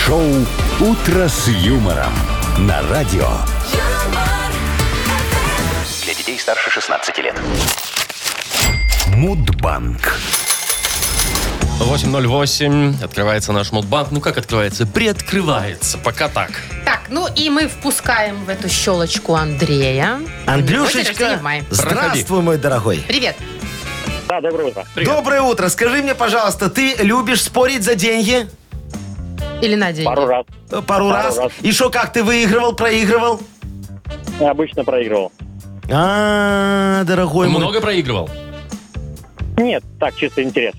S1: Шоу Утро с юмором на радио.
S5: Для детей старше 16 лет.
S1: Мудбанк.
S2: 8.08. Открывается наш модбанк. Ну как открывается? Приоткрывается. Пока так.
S3: Так, ну и мы впускаем в эту щелочку Андрея. Сегодня день рождения
S4: Андрюшечка,
S3: в мае.
S4: здравствуй, мой дорогой.
S3: Привет.
S8: Да, доброе утро.
S4: Доброе утро. Скажи мне, пожалуйста, ты любишь спорить за деньги?
S3: Или на день.
S8: Пару раз.
S4: Э, Пару раз.
S8: раз.
S4: И что, как ты выигрывал, проигрывал?
S8: Я обычно проигрывал.
S4: А, дорогой мой.
S2: Много проигрывал?
S8: Нет, так, чисто интерес.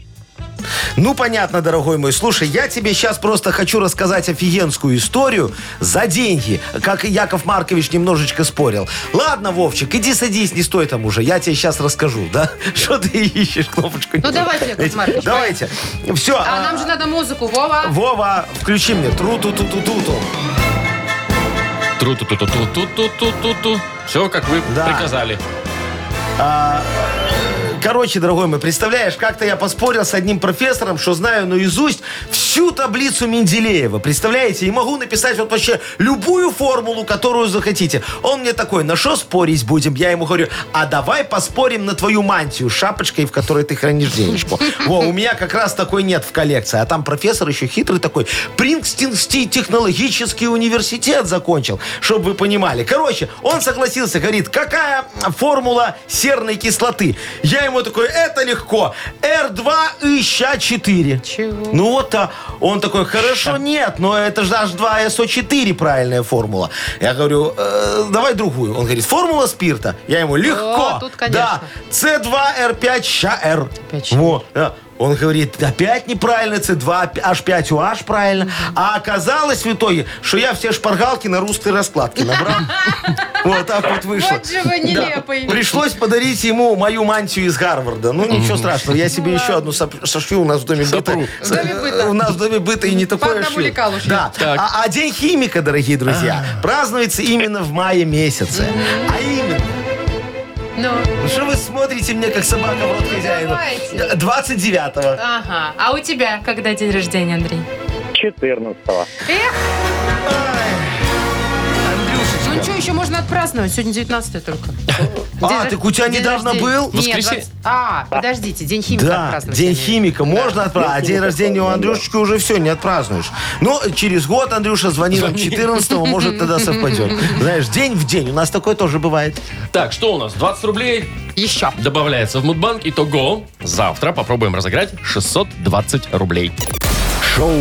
S4: Ну, понятно, дорогой мой. Слушай, я тебе сейчас просто хочу рассказать офигенскую историю за деньги, как Яков Маркович немножечко спорил. Ладно, Вовчик, иди садись, не стой там уже. Я тебе сейчас расскажу, да? Что ты ищешь, кнопочку? не
S3: Ну, давайте, Яков Маркович,
S4: Давайте. Все.
S3: А нам же надо музыку, Вова.
S4: Вова, включи мне. Тру-ту-ту-ту-ту-ту.
S2: тру ту ту ту ту ту ту ту ту Все, как вы
S4: Да.
S2: приказали.
S4: Короче, дорогой мой, представляешь, как-то я поспорил с одним профессором, что знаю наизусть всю таблицу Менделеева. Представляете? И могу написать вот вообще любую формулу, которую захотите. Он мне такой, на что спорить будем? Я ему говорю, а давай поспорим на твою мантию с шапочкой, в которой ты хранишь денежку. Во, у меня как раз такой нет в коллекции. А там профессор еще хитрый такой. Принкстинский технологический университет закончил, чтобы вы понимали. Короче, он согласился, говорит, какая формула серной кислоты? Я ему такой, это легко. R2ИЩА4.
S3: Чего?
S4: Ну вот а он такой, хорошо, нет, но это же H2SO4 правильная формула. Я говорю, «Э, давай другую. Он говорит, формула спирта. Я ему, легко.
S3: О, тут, конечно.
S4: Да, C2R5ЩАР.
S3: Опять
S4: Во, да. Он говорит, опять неправильно, C2H5UH правильно. А оказалось в итоге, что я все шпаргалки на русской раскладке набрал. Вот так вот вышло.
S3: Вот же вы нелепый.
S4: Пришлось подарить ему мою мантию из Гарварда. Ну, ничего страшного, я себе еще одну соп- сошью у нас в доме быта.
S3: В доме быта.
S4: У нас в доме быта и не такое
S3: одному
S4: шью.
S3: лекалу шьют.
S4: Да.
S2: Так.
S4: А, а День химика, дорогие друзья, празднуется именно в мае месяце. А именно,
S3: Ну,
S4: ну что вы смотрите мне, как собака в рот хозяина?
S3: Давайте.
S4: 29-го.
S3: ага. А у тебя когда день рождения, Андрей?
S8: 14-го.
S3: Эх, ну что, еще можно отпраздновать. Сегодня 19 только.
S4: А, так у тебя недавно был?
S2: Воскресенье.
S3: Воскресенье. А, подождите, день химика
S4: Да,
S3: отпраздновать,
S4: день
S3: я имею в виду.
S4: химика можно отпраздновать, а день рождения у Андрюшечки уже все, не отпразднуешь. Но через год, Андрюша, звони нам 14-го, может, тогда совпадет. Знаешь, день в день, у нас такое тоже бывает.
S2: Так, что у нас? 20 рублей
S3: Еще.
S2: добавляется в Мудбанк. Итого завтра попробуем разыграть 620 рублей.
S1: Шоу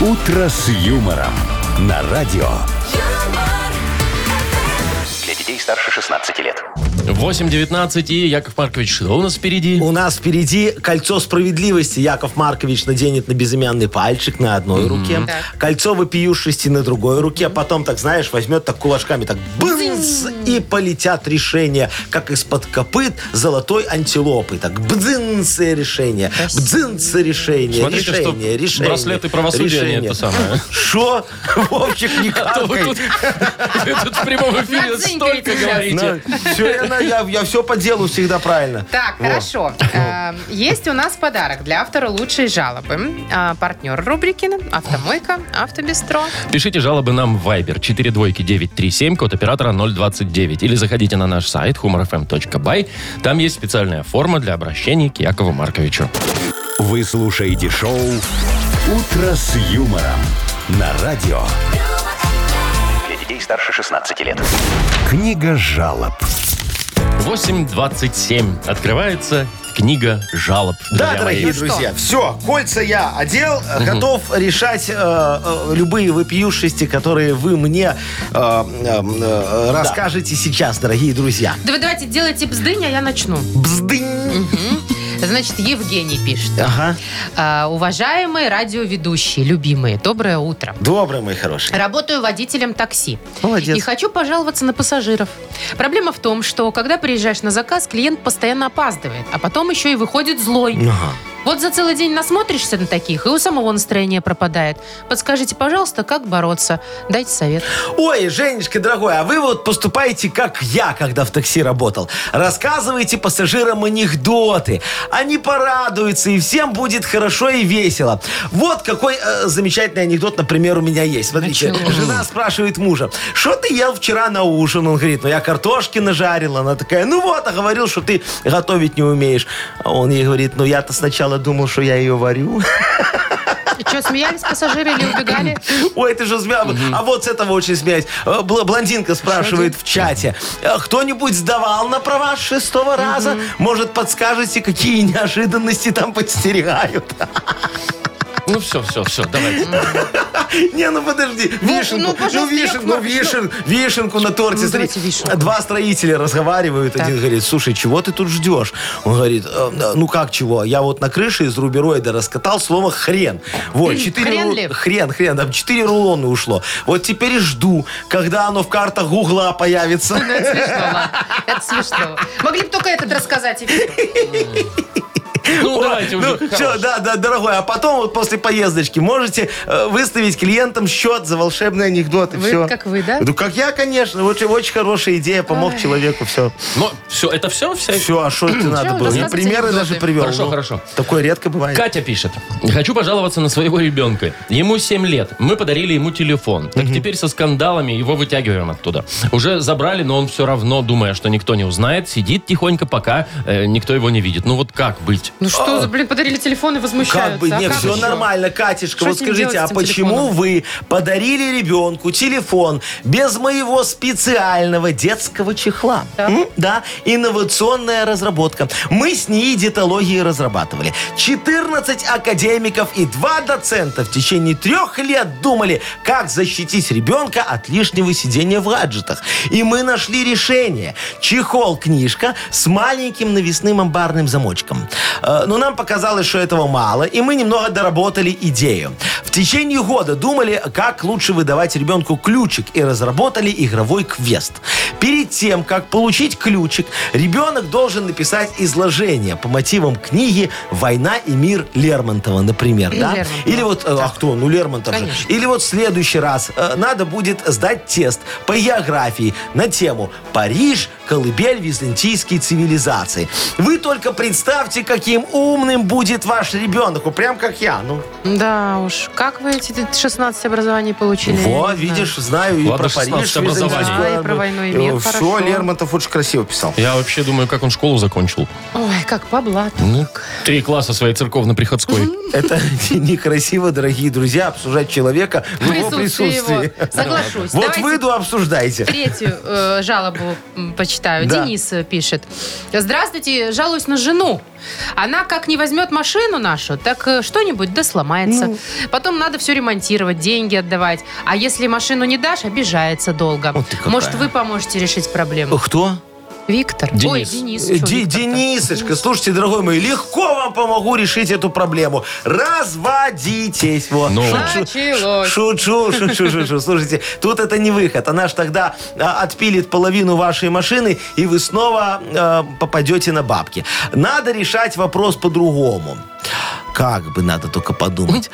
S1: «Утро с юмором» на радио.
S9: юмор,
S5: Для детей старше 16 лет.
S2: 8.19 и Яков Маркович, что у нас впереди?
S4: У нас впереди кольцо справедливости. Яков Маркович наденет на безымянный пальчик на одной руке, кольцо вопиюшести на другой руке, а потом, так знаешь, возьмет так кулачками, так бдынц, и полетят решения, как из-под копыт золотой антилопы. Так бдынц и решение, бдынц и решение,
S2: Смотрите,
S4: решение,
S2: что
S4: решение.
S2: браслеты правосудия не это самое.
S4: Что? Вовчик, не
S2: А то вы
S4: каркай.
S2: тут, вы тут в прямом эфире
S3: Нацинкаете
S2: столько
S3: сейчас.
S2: говорите.
S4: Все, я, я все по делу всегда правильно.
S3: Так,
S4: Во.
S3: хорошо. Э, Есть у нас подарок для автора лучшей жалобы. А, Партнер рубрики «Автомойка», «Автобестро».
S2: Пишите жалобы нам в Viber 42937, код оператора 029. Или заходите на наш сайт humorfm.by. Там есть специальная форма для обращений к Якову Марковичу.
S1: Вы слушаете шоу «Утро с юмором» на радио.
S5: Для детей старше 16 лет.
S1: Книга жалоб.
S2: 8.27. Открывается книга жалоб.
S4: Да,
S2: друзья мои.
S4: дорогие друзья, все, кольца я одел, э, готов решать э, э, любые вопиюшести, которые вы мне э, э, э, расскажете сейчас, дорогие друзья.
S3: Да вы давайте делайте бздынь, а я начну.
S4: Бздынь.
S3: Значит, Евгений пишет.
S4: Ага.
S3: А, Уважаемые радиоведущие, любимые, доброе утро.
S4: Добрый, мой хороший.
S3: Работаю водителем такси.
S4: Молодец.
S3: И хочу пожаловаться на пассажиров. Проблема в том, что когда приезжаешь на заказ, клиент постоянно опаздывает, а потом еще и выходит злой.
S4: Ага.
S3: Вот за целый день насмотришься на таких, и у самого настроение пропадает. Подскажите, пожалуйста, как бороться? Дайте совет.
S4: Ой, Женечка, дорогой, а вы вот поступаете, как я, когда в такси работал. Рассказывайте пассажирам анекдоты. Они порадуются, и всем будет хорошо и весело. Вот какой э, замечательный анекдот, например, у меня есть. Смотрите, жена спрашивает мужа, что ты ел вчера на ужин? Он говорит, ну я картошки нажарила. Она такая, ну вот, а говорил, что ты готовить не умеешь. А он ей говорит, ну я-то сначала думал, что я ее варю.
S3: Что, смеялись пассажиры или убегали?
S4: Ой, ты же смеялся. А вот с этого очень смеюсь. Э, бл- Блондинка спрашивает в чате. э, Кто-нибудь сдавал на права с шестого раза? Может, подскажете, какие неожиданности там подстерегают?
S2: Ну все, все, все, давайте.
S4: Не, ну подожди.
S3: Ну, ну,
S4: Вишенку, ну
S3: пожалуйста,
S4: вишен-
S3: Яков
S4: ну,
S3: Маркович,
S4: вишен- вишенку на
S3: Ну,
S4: торте. Смотри,
S3: давайте вишенку.
S4: Два строителя разговаривают. Один говорит, слушай, чего ты тут ждешь? Он говорит, «Э, э, ну как чего? Я вот на крыше из рубероида раскатал слово хрен. Вот, четыре
S3: Хрен
S4: ру-
S3: ли?
S4: Хрен, хрен, там четыре рулона ушло. Вот теперь и жду, когда оно в картах Гугла появится.
S3: Ну, это смешно, ладно. Это смешно. Могли бы только этот рассказать и все.
S2: Ну давайте
S4: Ну,
S2: уже.
S4: всё,
S2: хорош.
S4: да, да, дорогой. А потом вот после поездочки можете э, выставить клиентам счет за волшебные анекдоты.
S3: Вы
S4: все.
S3: как вы, да?
S4: Ну, как я, конечно. Очень, очень хорошая идея. Помог человеку. Все.
S2: Но все, это все, вся
S4: Все, а что это надо
S3: вы
S4: было? Я
S3: рассказываете
S4: примеры
S3: анекдоты?
S4: даже привел.
S2: Хорошо,
S4: Ну,
S2: хорошо.
S4: Такое редко бывает.
S2: Катя пишет. Хочу пожаловаться на своего ребенка. Ему 7 лет. Мы подарили ему телефон. Так теперь со скандалами его вытягиваем оттуда. Уже забрали, но он все равно, думая, что никто не узнает, сидит тихонько, пока э, никто его не видит. Ну вот как быть?
S3: Ну что, за, блин, подарили телефон и возмущаются.
S4: Как бы,
S3: а
S4: нет,
S3: как
S4: все
S3: еще?
S4: нормально, Катюшка.
S3: Что
S4: вот
S3: с ним делать,
S4: скажите,
S3: с
S4: а
S3: этим
S4: почему
S3: телефоном?
S4: вы подарили ребенку телефон без моего специального детского чехла? М? Да, инновационная разработка. Мы с ней диетологии разрабатывали. 14 академиков и 2 доцента в течение трех лет думали, как защитить ребенка от лишнего сидения в гаджетах. И мы нашли решение. Чехол-книжка с маленьким навесным амбарным замочком. Э, Но нам показалось, что этого мало, и мы немного доработали идею. В течение года думали, как лучше выдавать ребенку ключик, и разработали игровой квест. Перед тем, как получить ключик, ребенок должен написать изложение по мотивам книги «Война и мир» Лермонтова, например. Да?
S3: Лермонтова.
S4: Или вот, э, а кто? Ну, Лермонтов же.
S3: Конечно.
S4: Или вот в следующий раз э, надо будет сдать тест по географии на тему «Париж – колыбель византийской цивилизации». Вы только представьте, каким умным будет ваш ребенок. Вот Прям как я. Ну,
S3: Да уж, как вы эти 16 образований получили?
S4: вот,
S3: Я не знаю.
S4: видишь, знаю и
S2: Ладно,
S4: про Париж.
S2: 16 образований.
S3: Да, и про войну и мир,
S4: Все,
S3: хорошо.
S4: Лермонтов очень красиво писал.
S2: Я вообще думаю, как он школу закончил.
S3: Ой, как бабла.
S2: Ну, три класса своей церковно-приходской.
S4: Это некрасиво, дорогие друзья, обсуждать человека в его присутствии.
S3: его. Соглашусь.
S4: Вот
S3: Давайте
S4: выйду, обсуждайте.
S3: Третью э, жалобу м, почитаю.
S4: Да.
S3: Денис э, пишет. Здравствуйте, жалуюсь на жену. Она как не возьмет машину нашу, так э, что-нибудь да сломается.
S4: Ну.
S3: Потом надо все ремонтировать, деньги отдавать. А если машину не дашь, обижается долго.
S4: Вот ты какая.
S3: Может, вы поможете решить проблему?
S4: Кто?
S3: Виктор?
S2: Денис.
S3: Ой, Денис. чё
S4: Э, Ди-
S3: Виктор-то?
S4: Денисочка, слушайте, дорогой мой, легко вам помогу решить эту проблему. Разводитесь. Вот.
S2: Ну.
S3: Началось.
S4: шучу, шучу, шучу. Слушайте, тут это не выход. Она ж тогда а, отпилит половину вашей машины, и вы снова а, попадете на бабки. Надо решать вопрос по-другому. Как бы надо только подумать.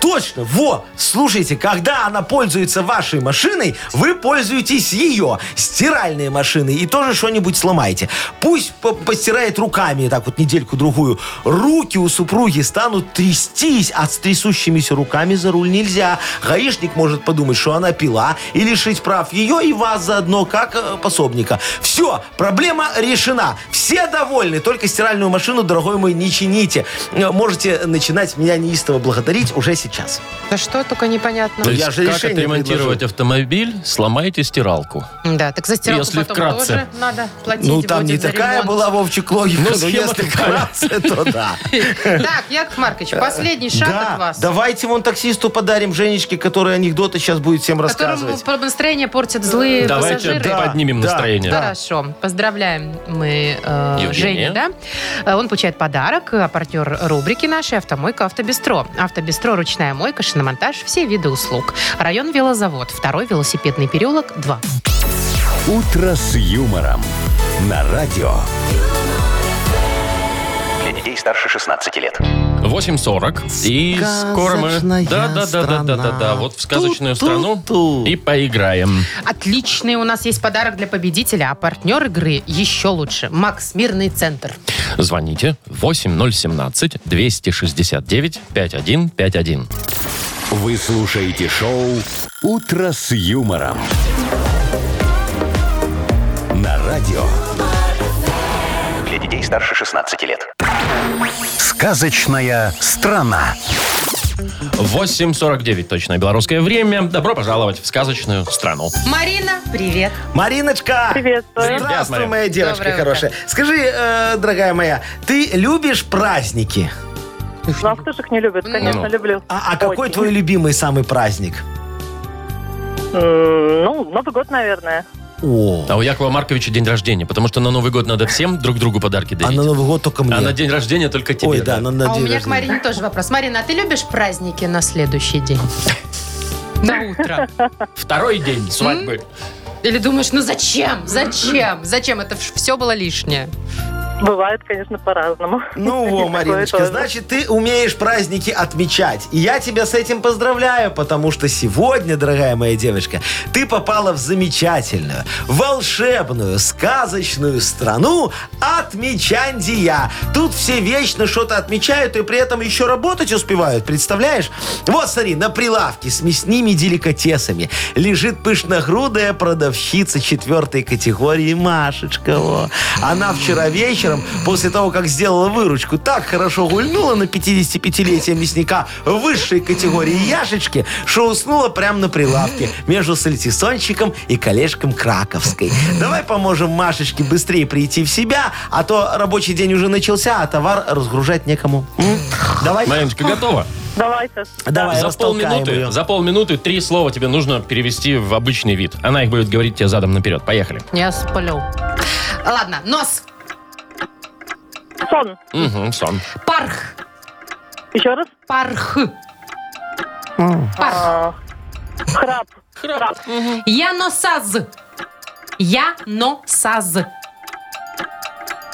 S4: Точно, во! Слушайте, когда она пользуется вашей машиной, вы пользуетесь ее стиральной машиной и тоже что-нибудь сломаете. Пусть по- постирает руками так вот недельку-другую. Руки у супруги станут трястись, а с трясущимися руками за руль нельзя. Гаишник может подумать, что она пила, и лишить прав ее и вас заодно, как э, пособника. Все, проблема решена. Все довольны, только стиральную машину, дорогой мой, не чините. Э, Можете начинать меня неистово благодарить уже сейчас.
S3: Да что только непонятно.
S2: То
S4: Ну, я
S2: есть
S4: же
S2: как
S4: решение
S2: отремонтировать
S4: предложил.
S2: автомобиль? Сломайте стиралку.
S3: Да, так за стиралку
S2: Если
S3: потом
S2: вкратце.
S3: тоже надо платить.
S4: ну, там не
S3: будет за
S4: такая
S3: ремонт.
S4: была, Вовчик, логика,
S2: Ну,
S4: но
S2: схема
S4: если
S2: такая.
S4: вкратце, то да.
S3: Так, Яков Маркович, последний шаг
S4: Э, Да,
S3: от вас.
S4: давайте вон таксисту подарим Женечке, который анекдоты сейчас будет всем
S3: Которому
S4: рассказывать.
S3: про настроение портят злые
S2: Э, Давайте
S3: пассажиры.
S2: да, поднимем
S4: Да,
S2: настроение.
S3: Хорошо. Поздравляем мы э,
S2: Евгения.
S3: Женю, да? Э, Он получает подарок, а партнер рубрики нашей «Автомойка Автобестро». Автобестро, ручная мойка, шиномонтаж, все виды услуг. Район Велозавод, второй велосипедный переулок, 2.
S1: «Утро с юмором» на радио.
S5: Для детей старше 16 лет.
S2: 8.40. И скоро мы...
S4: Сказочная
S2: Да-да-да-да-да-да.
S4: страна.
S2: Вот в сказочную страну
S4: Ту-ту-ту.
S2: и поиграем.
S3: Отличный у нас есть подарок для победителя, а партнер игры еще лучше. Макс Мирный Центр.
S2: Звоните 8017-269-5151.
S1: Вы слушаете шоу «Утро с юмором». На радио
S5: Для детей старше 16 лет.
S1: «Сказочная страна».
S2: 8.49 точное белорусское время. Добро пожаловать в сказочную страну.
S3: Марина, привет.
S4: Мариночка!
S6: Приветствую.
S2: Привет,
S4: Здравствуй,
S2: Марин.
S4: моя девочка
S3: Доброе утро.
S4: хорошая. Скажи, э, дорогая моя, ты любишь праздники?
S6: Ну, а кто же их не любит? Конечно,
S2: Ну.
S6: люблю.
S4: А, а какой
S6: Очень.
S4: твой любимый самый праздник?
S6: М, Ну, Новый год, наверное.
S4: О,
S2: А у Якова Марковича день рождения, потому что на Новый год надо всем друг другу подарки
S4: а
S2: дарить.
S4: на Новый год только мне.
S2: А на день рождения только тебе.
S4: Ой, да, ну. на, на
S3: а у
S4: день
S3: меня к
S4: рождения.
S3: Марине тоже вопрос. Марина, а ты любишь праздники на следующий день? На утро.
S2: Второй день свадьбы.
S3: Или думаешь, ну зачем? Зачем? Зачем? Это все было лишнее.
S6: Бывает, конечно, по-разному.
S4: Ну
S6: Такое
S4: во, Мариночка,
S6: тоже.
S4: значит, ты умеешь праздники отмечать. И я тебя с этим поздравляю, потому что сегодня, дорогая моя девочка, ты попала в замечательную, волшебную, сказочную страну отмечандия. Тут все вечно что-то отмечают и при этом еще работать успевают, представляешь? Вот, смотри, на прилавке с мясными деликатесами лежит пышногрудая продавщица четвертой категории Машечка. во. Она вчера вечером, после того, как сделала выручку, так хорошо гульнула на 55-летие мясника высшей категории Яшечки, что уснула прямо на прилавке между сальтисончиком и коллежком Краковской. Давай поможем Машечке быстрее прийти в себя, а то рабочий день уже начался, а товар разгружать некому. М? Давай.
S2: Мариночка, готова?
S6: Давай сейчас.
S4: Давай,
S2: за
S4: растолкаем
S2: полминуты,
S4: ее.
S2: за полминуты три слова тебе нужно перевести в обычный вид. Она их будет говорить тебе задом наперед. Поехали.
S3: Я сплю. Ладно, нос,
S6: Сон.
S2: Мгм, сон.
S3: парх,
S6: Еще раз.
S3: парх, парх.
S6: А, Храп.
S2: Храп.
S3: Я носаз. Я носаз.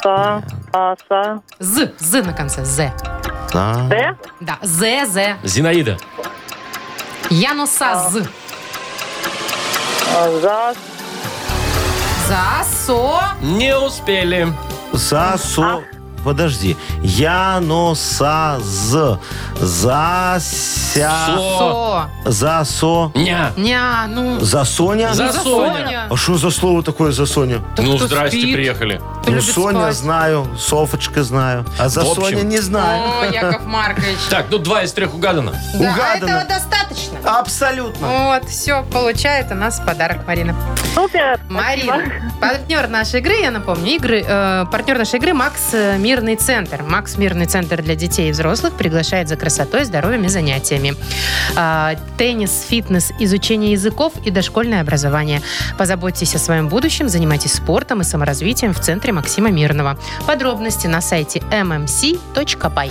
S6: Са. а, Са.
S3: З, з на конце, з.
S4: А.
S6: Д.
S3: Да, з, з.
S2: Зинаида.
S3: Я носаз.
S6: а, За.
S3: За, со.
S2: Не успели.
S3: А?
S4: Сасо. Подожди. Яносаз. Зася.
S2: Со.
S3: Со.
S4: Засо.
S2: Ня.
S3: Ня, ну.
S4: За Соня?
S2: За
S3: за
S2: Соня.
S4: А что за слово такое за Соня?
S3: Так
S2: Ну,
S3: кто
S2: здрасте,
S3: спит?
S2: приехали.
S3: Кто
S4: Ну,
S3: любит
S4: Соня
S3: спать?
S4: знаю, Софочка знаю. А за
S2: В общем.
S4: Соня не знаю.
S3: О, Яков Маркович.
S2: Так, ну два из трех угадано.
S3: Да, а
S4: угадано.
S3: этого достаточно.
S4: Абсолютно.
S3: Вот, все, получает у нас подарок Марина.
S6: Супер.
S3: Марина, партнер нашей игры, я напомню, игры, э, партнер нашей игры Макс э, Мирный Центр. Макс Мирный Центр для детей и взрослых приглашает за красотой, здоровьем и занятиями. А, теннис, фитнес, изучение языков и дошкольное образование. Позаботьтесь о своем будущем, занимайтесь спортом и саморазвитием в центре Максима Мирного. Подробности на сайте mmc.by.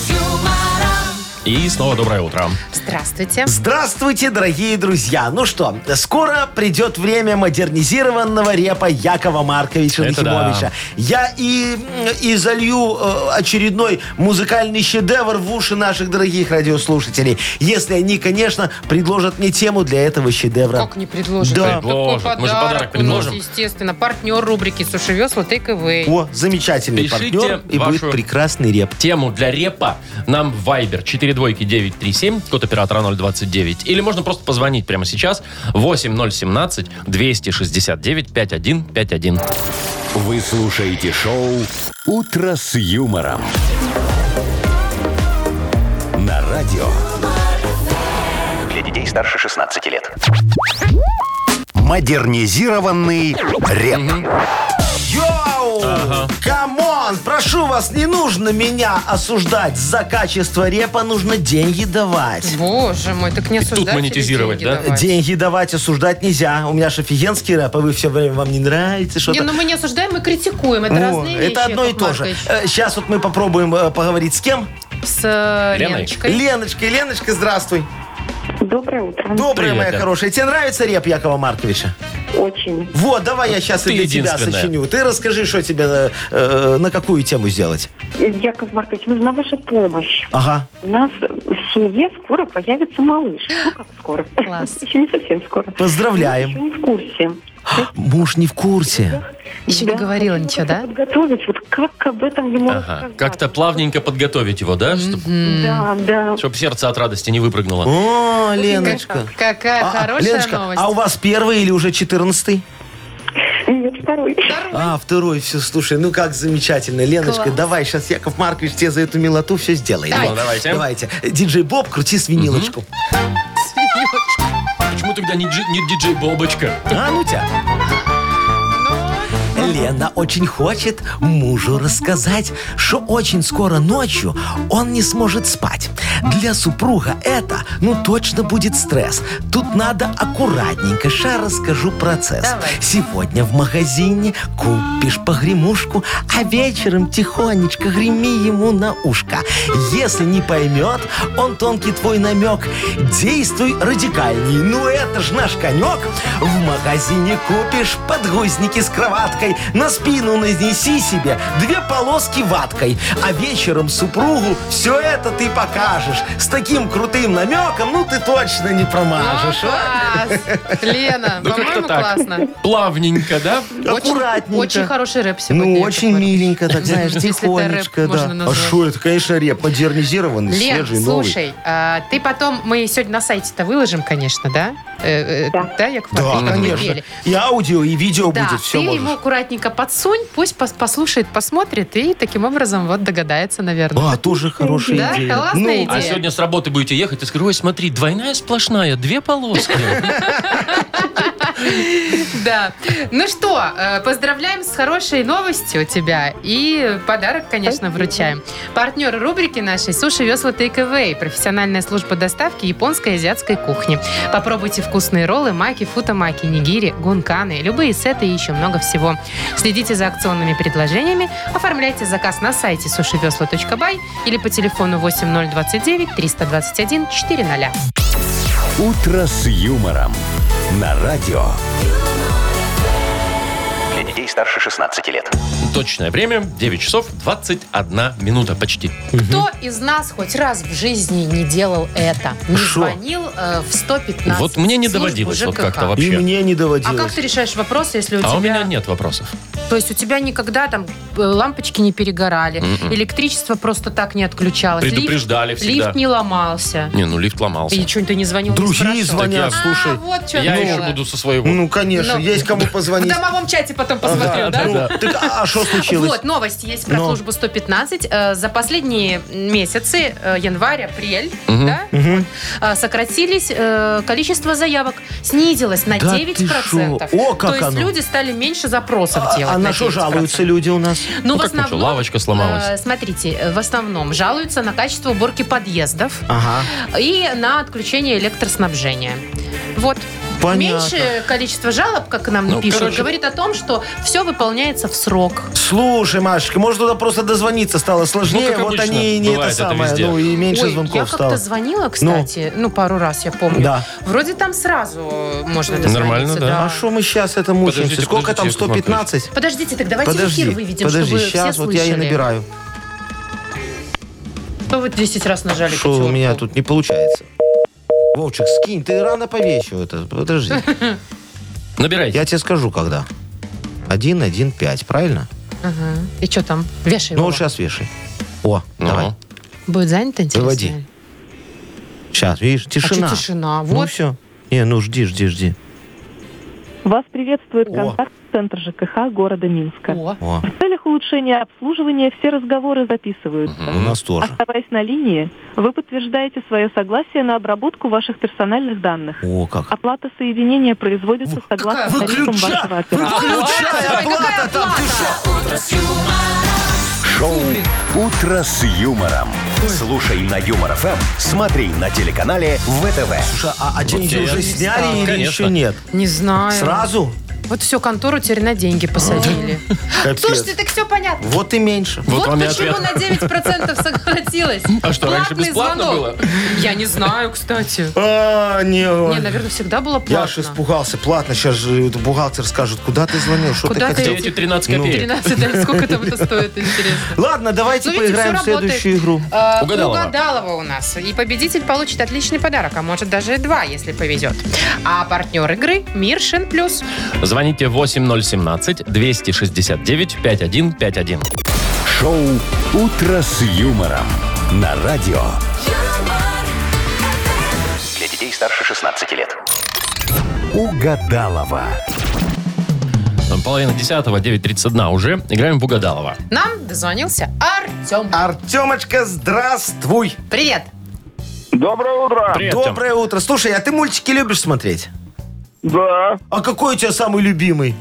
S2: И снова доброе утро.
S3: Здравствуйте.
S4: Здравствуйте, дорогие друзья. Ну что, скоро придет время модернизированного репа Якова Марковича
S2: Это
S4: Нахимовича. Я и, и залью э, очередной музыкальный шедевр в уши наших дорогих радиослушателей. Если они, конечно, предложат мне тему для этого шедевра.
S3: Как не предложим?
S4: Да.
S2: Предложим. Мы же подарок
S3: у нас,
S2: предложим.
S3: естественно. Партнер рубрики «Суши весла» Take
S4: О, замечательный
S2: Пишите
S4: партнер, и
S2: вашу-
S4: будет прекрасный реп.
S2: Тему для репа нам в Viber 42937, код оператора 029. Или можно просто позвонить прямо сейчас 8017-269-5151.
S1: Вы слушаете шоу «Утро с юмором». На радио
S5: Для детей старше 16 лет.
S1: «Модернизированный реп».
S4: Йоу! Камон! Прошу вас, не нужно меня осуждать. За качество репа нужно деньги давать.
S3: Боже мой, так не
S2: тут
S3: осуждать. или
S2: монетизировать,
S3: деньги
S2: да?
S3: давать?
S4: Деньги давать осуждать нельзя. У меня же офигенский рэп, а вы все время вам не нравится что-то.
S3: Не, ну мы не осуждаем, мы критикуем. Это
S4: О,
S3: разные вещи.
S4: это одно и
S3: Яков
S4: то же.
S3: Маркович.
S4: Сейчас вот мы попробуем э, поговорить с кем?
S3: С э,
S2: Леной?
S3: Леночкой.
S4: Леночка, Леночка, здравствуй.
S6: Доброе утро.
S4: Добрая
S2: Привет,
S4: моя
S2: Лен.
S4: хорошая. Тебе нравится реп Якова Марковича?
S9: Очень.
S4: Вот, давай я сейчас
S2: Ты
S4: и для тебя
S2: единственная.
S4: сочиню. Ты расскажи, что тебе э, э, на какую тему сделать.
S9: Яков Маркович, нужна ваша помощь.
S4: Ага.
S9: У нас в семье скоро появится малыш. Ну, как скоро?
S3: Класс.
S9: Еще не совсем скоро.
S4: Поздравляем.
S9: Мы Еще не в курсе.
S4: Муж не в курсе.
S3: Еще не говорила
S9: хочу
S3: ничего,
S9: как-то
S3: да?
S9: Подготовить, вот как об этом
S6: Ну,
S9: ему
S2: Ага.
S9: рассказать.
S2: Как-то плавненько подготовить его, да? Чтобы
S9: Да, да.
S2: сердце от радости не выпрыгнуло.
S4: О, Леночка.
S3: Какая
S4: А,
S3: хорошая
S4: Леночка,
S3: новость.
S4: а у вас первый или уже четырнадцатый?
S9: Нет, второй.
S4: А, второй, все, слушай, ну как замечательно. Леночка,
S3: Класс.
S4: давай, сейчас Яков Маркович тебе за эту милоту все сделает.
S2: Давай.
S4: Вот,
S2: Давайте.
S4: Давайте. Диджей Боб, крути свинилочку.
S2: Почему тогда не, джи- не диджей Бобочка?
S4: А, ну тебя. Лена очень хочет мужу рассказать, что очень скоро ночью он не сможет спать. Для супруга это, ну, точно будет стресс. Тут надо аккуратненько. Ша расскажу процесс. Сегодня в магазине купишь погремушку, а вечером тихонечко греми ему на ушко. А Если не поймет, он тонкий твой намек. Действуй радикальней. Ну, это ж наш конек. В магазине купишь подгузники с кроваткой. На спину нанеси себе две полоски ваткой. А вечером супругу все это ты покажешь. С таким крутым намеком, ну, ты точно не промажешь. а?
S3: Класс. Лена,
S2: Ну, как-то
S3: по-моему,
S2: так.
S3: классно.
S2: Плавненько, да?
S4: Аккуратненько.
S3: Очень хороший рэп сегодня.
S4: Ну,
S3: Яков
S4: очень
S3: Маркович.
S4: миленько, так знаешь,
S3: Если это
S4: тихонечко,
S3: рэп можно
S4: да. А
S3: назвать.
S4: что это, конечно, реп, модернизированный,
S3: Лен,
S4: свежий, новый.
S3: слушай, а, ты потом, мы сегодня на сайте-то выложим, конечно, да? Э, э,
S9: Да.
S3: Да, Яков
S4: Да,
S3: Маркович, как мы
S4: конечно.
S3: пели.
S4: И аудио, и видео
S3: Да,
S4: будет,
S3: ты
S4: все
S3: ему
S4: можешь.
S3: аккуратненько подсунь, пусть пос- послушает, посмотрит и таким образом вот догадается, наверное.
S4: А, тоже хорошая
S3: Да,
S4: идея.
S3: классная
S4: Ну,
S3: идея.
S2: А сегодня с работы будете ехать и скажу, ой, смотри, двойная сплошная, две полоски.
S3: Да. Ну что, э, поздравляем с хорошей новостью тебя. И подарок, конечно, вручаем. Партнер рубрики нашей «Суши весла Takeaway» профессиональная служба доставки японской и азиатской кухни. Попробуйте вкусные роллы, маки, футамаки, нигири, гунканы, любые сеты и еще много всего. Следите за акционными предложениями, оформляйте заказ на сайте сушивесла.бай или по телефону 8029 321 400.
S1: «Утро с юмором» на радио.
S5: Для детей старше 16 лет.
S2: Точное время 9 часов 21 минута почти.
S3: Кто из нас хоть раз в жизни не делал это? Не
S4: Шо?
S3: звонил э, в 115
S2: Вот мне не
S3: службу
S2: доводилось вот
S3: ЖКХ?
S2: как-то
S4: И
S2: вообще.
S4: мне не
S3: А как
S4: доводилось.
S3: ты решаешь вопрос, если у
S2: А
S3: тебя...
S2: у меня нет вопросов.
S3: То есть у тебя никогда там э, лампочки не перегорали,
S2: Мгм.
S3: электричество просто так не отключалось, лифт,
S2: М-м. Предупреждали всегда.
S3: лифт не ломался.
S2: Не, ну лифт ломался.
S3: И что, ты не звонил, не
S4: Другие
S3: спрашивал?
S4: звонят,
S2: Так
S4: слушай.
S3: А, вот что
S2: Я еще буду со своего.
S4: Ну, конечно,
S3: Ну,
S4: есть кому
S3: В
S4: позвонить.
S3: домовом чате потом посмотрел,
S4: Ага,
S3: да?
S4: ну, так, А что случилось?
S3: Вот, новость есть про
S4: Но.
S3: службу 115. Э, За последние месяцы, э, январь, апрель,
S2: Мгм.
S3: да,
S4: Мгм.
S3: а, сократились э, количество заявок, снизилось на
S4: Да
S3: 9%.
S4: ты шо? О, как
S3: То есть
S4: оно.
S3: люди стали меньше запросов делать.
S4: А на что
S3: 9%.
S4: жалуются люди у нас?
S3: Ну,
S2: Ну,
S3: в
S2: как на чё,
S3: основном,
S2: лавочка сломалась.
S3: э, смотрите, э, в основном жалуются на качество уборки подъездов
S4: Ага.
S3: и на отключение электроснабжения. Вот.
S4: Понятно.
S3: Меньше количество жалоб, как нам
S2: Ну,
S3: пишут,
S2: короче-
S3: говорит о том, что все выполняется в срок.
S4: Слушай, Машечка, может, туда просто дозвониться стало сложнее.
S2: Ну, как
S4: Вот
S2: обычно,
S4: они и не это
S2: бывает это
S4: самое.
S2: везде.
S4: Ну, и меньше
S3: Ой, я
S4: звонков
S3: как-то
S4: стало.
S3: звонила, кстати, ну, пару раз, я помню.
S4: Да.
S3: Вроде там сразу можно дозвониться.
S2: Нормально, да.
S4: А что мы сейчас это мучаемся?
S2: Подождите,
S4: Сколько там,
S2: подождите, Яков Маркович.
S4: 115?
S3: Подождите, так давайте
S4: Подожди,
S3: эфир выведем,
S4: подожди,
S3: чтобы
S4: сейчас
S3: все
S4: вот я
S3: слышали.
S4: и набираю.
S3: Что вы 10 раз нажали
S4: Что у
S3: пятерку?
S4: меня тут не получается. Вовчик, скинь, ты рано повесил это. Подожди.
S2: Набирайте.
S4: Я тебе скажу, когда. 1, 1, 5, правильно?
S3: Ага. И что там? Вешай
S4: Ну,
S3: его.
S4: вот сейчас вешай. О,
S2: Ну.
S4: давай.
S3: Будет занято, интересно?
S4: Выводи. Сейчас, видишь,
S3: А что
S4: тишина.
S3: тишина?
S4: Ну,
S3: Вот.
S4: все. Не, ну, жди, жди, жди.
S6: Вас приветствует
S4: О.
S6: контакт-центр ЖКХ города Минска.
S3: О.
S4: О,
S6: В целях улучшения обслуживания все разговоры записываются.
S4: у нас тоже.
S3: А
S6: Оставаясь на линии, вы подтверждаете свое согласие на обработку ваших персональных данных.
S4: О,
S3: а
S4: как.
S6: Оплата соединения производится согласно тарифам
S4: Выключай!
S6: вашего оператора.
S4: Выключай! Оплата там! ты шо?
S1: Шоу «Утро с юмором». Слушай на Юмор ФМ, смотри на телеканале ВТВ.
S4: Слушай, а а деньги
S2: тебе
S4: уже сняли или
S2: Конечно.
S4: еще нет?
S3: Не знаю.
S4: Сразу?
S3: Вот всю контору теперь на деньги посадили.
S4: Капец.
S3: Слушайте, так все понятно.
S4: Вот и меньше.
S2: Вот
S3: Вот,
S2: вам и
S3: почему
S2: ответ.
S3: на 9% сократилось.
S2: А что, раньше
S3: Платный
S2: бесплатно
S3: звонок. Я не знаю, кстати.
S4: А, не,
S3: Не, наверное, всегда было
S4: я аж
S3: платно.
S4: испугался. Платно. Сейчас же это бухгалтер скажет, куда ты звонил, что ты
S3: Куда ты
S4: хотел.
S2: Эти 13 копеек.
S3: 13, да, сколько там это стоит, интересно.
S4: Ладно, давайте
S3: Ну, видите,
S4: поиграем в
S3: всё работает.
S4: следующую игру.
S3: Э,
S2: Угадалова.
S3: Угадалова у нас. И победитель получит отличный подарок, а может даже два, если повезет. А партнер игры Мир Шин Плюс.
S2: Звоните 8017-269-5151.
S1: Шоу «Утро с юмором» на радио.
S5: Для детей старше 16 лет.
S1: Угадалова.
S2: Там Половина десятого, 9.31 уже. Играем в Угадалова.
S3: Нам дозвонился Артем.
S4: Артемочка, здравствуй.
S3: Привет.
S7: Доброе утро.
S2: Привет, Тём.
S4: Доброе утро. Слушай, а ты мультики любишь смотреть?
S7: Да.
S4: А какой у тебя самый любимый?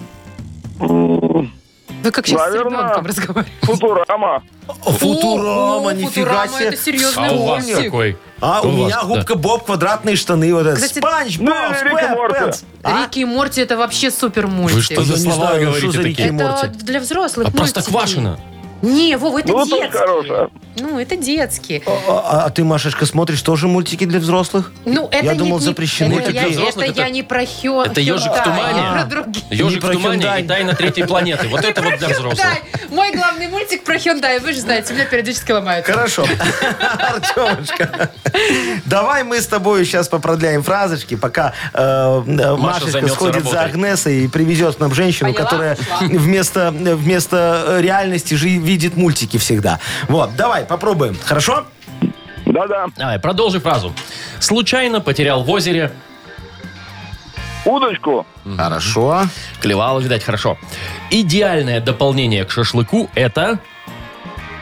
S3: Вы как сейчас с
S7: Наверное.
S3: ребенком разговариваете?
S7: Футурама.
S4: Футурама,
S3: О,
S4: нифига
S3: Футурама,
S4: себе.
S3: это серьезный
S2: А у вас
S3: умник.
S2: какой?
S4: А у
S2: вас,
S4: меня
S2: да.
S4: губка Боб, квадратные штаны, вот это.
S3: Кстати,
S4: Спанч, Боб,
S7: Ну, или Рик и
S4: Спэ-
S7: Морти.
S4: Пенс. А?
S3: Рики и Морти это вообще супер
S2: Вы
S3: мультик.
S2: что за
S4: Я не
S2: слова
S4: знаю,
S2: говорите
S4: что за
S2: такие?
S4: Рики?
S3: Это
S4: Морти?
S3: для взрослых
S2: А просто
S3: мультики.
S2: Квашина.
S3: Не, Вова, это
S7: Ну, тоже
S3: детские.
S7: хорошая.
S3: Ну, это детские.
S4: А, а- а ты, Машечка, смотришь тоже мультики для взрослых?
S3: Ну, это
S4: Я
S3: не-
S4: думал,
S3: не-
S4: запрещены
S3: Это,
S2: такие.
S3: я, это
S2: Взрослых
S3: я
S2: это-
S3: не про Хё...
S2: Это «Ежик в
S3: Hyundai,
S2: тумане».
S3: а про другие.
S2: Ежик
S4: Не
S2: в
S4: про
S2: тумане
S4: Hyundai.
S2: и тайна третьей планеты. Вот это вот для взрослых.
S3: Hyundai. Мой главный мультик про Hyundai. Вы же знаете, меня периодически ломают.
S4: Хорошо. Артемочка, давай мы с тобой сейчас попродляем фразочки, пока э, э, Машечка
S2: займется
S4: сходит за
S2: работой.
S4: Агнесой и привезет нам женщину,
S3: Поняла,
S4: которая
S3: ушла.
S4: вместо, вместо э, реальности же видит мультики всегда. Вот, давай, попробуем. Хорошо?
S7: Да-да.
S2: Давай, продолжи фразу. Случайно потерял в озере.
S7: Удочку.
S4: Хорошо.
S2: Клевало, видать, хорошо. Идеальное дополнение к шашлыку это...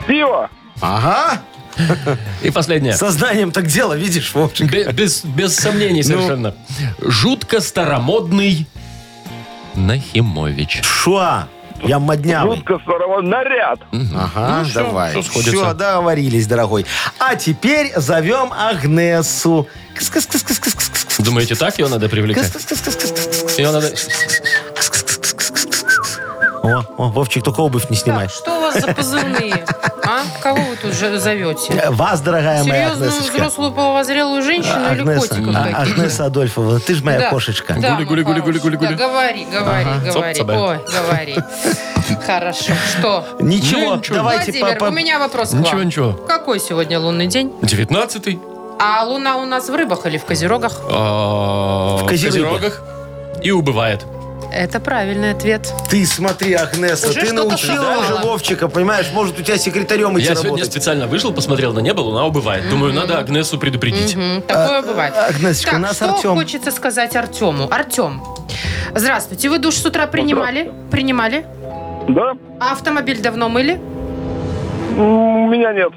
S7: Пиво.
S4: Ага.
S2: И последнее.
S4: Сознанием так дело, видишь, Вовчик.
S2: Бе- Без, без
S4: Ну.
S2: сомнений совершенно. Жутко старомодный Нахимович.
S4: Шуа.
S2: А
S4: Я моднявый.
S7: Жутко здорово. Наряд.
S4: Ага, давай.
S2: Ну, всё
S4: Все,
S2: сходится.
S4: договорились, дорогой. А теперь зовем Агнесу. Кс-кс-кс-кс-кс-кс-кс.
S2: Думаете, так ее надо привлекать?
S4: Кс-кс-кс-кс-кс-кс.
S2: Ее надо...
S4: О, о, Вовчик, только обувь не снимай.
S3: Так, что у вас за позывные? А? Кого вы тут же зовете?
S4: Э, Вас, дорогая моя
S3: Серьезную
S4: Агнесочка.
S3: взрослую половозрелую женщину или
S4: Агнеса,
S3: котиков
S4: А-
S3: таких?
S4: Агнеса Адольфовна, ты же моя
S3: Да.
S4: кошечка.
S3: Да,
S2: Гули, гули,
S3: мой
S2: гули,
S3: хороший.
S2: гули, гули,
S3: Да,
S2: гули.
S3: говори, говори, говори.
S2: Цап-цабе.
S3: Ой, говори. Хорошо. Что?
S4: Ничего,
S2: Ну, ничего.
S4: давайте
S3: Владимир,
S4: по-
S3: у меня вопрос к вам.
S2: Ничего, ничего.
S3: Какой сегодня лунный день?
S2: Девятнадцатый.
S3: А луна у нас в рыбах или в козерогах?
S2: а, В
S4: Козерогах.
S2: И убывает.
S3: Это правильный ответ.
S4: Ты смотри, Агнеса,
S3: Уже
S4: ты
S3: что-то
S4: научила
S3: сыграла.
S4: уже Вовчика, понимаешь? Может, у тебя секретарем идти
S2: Я сегодня
S4: работать.
S2: специально вышел, посмотрел на небо, луна убывает. Думаю, надо Агнесу предупредить.
S3: М, Такое бывает.
S4: Агнесочка,
S3: так,
S4: А, нас
S3: что
S4: Артем.
S3: хочется сказать Артему? Артем, здравствуйте. Вы душ с утра принимали? Принимали?
S7: Да?
S3: А автомобиль давно мыли?
S7: М, У меня нет.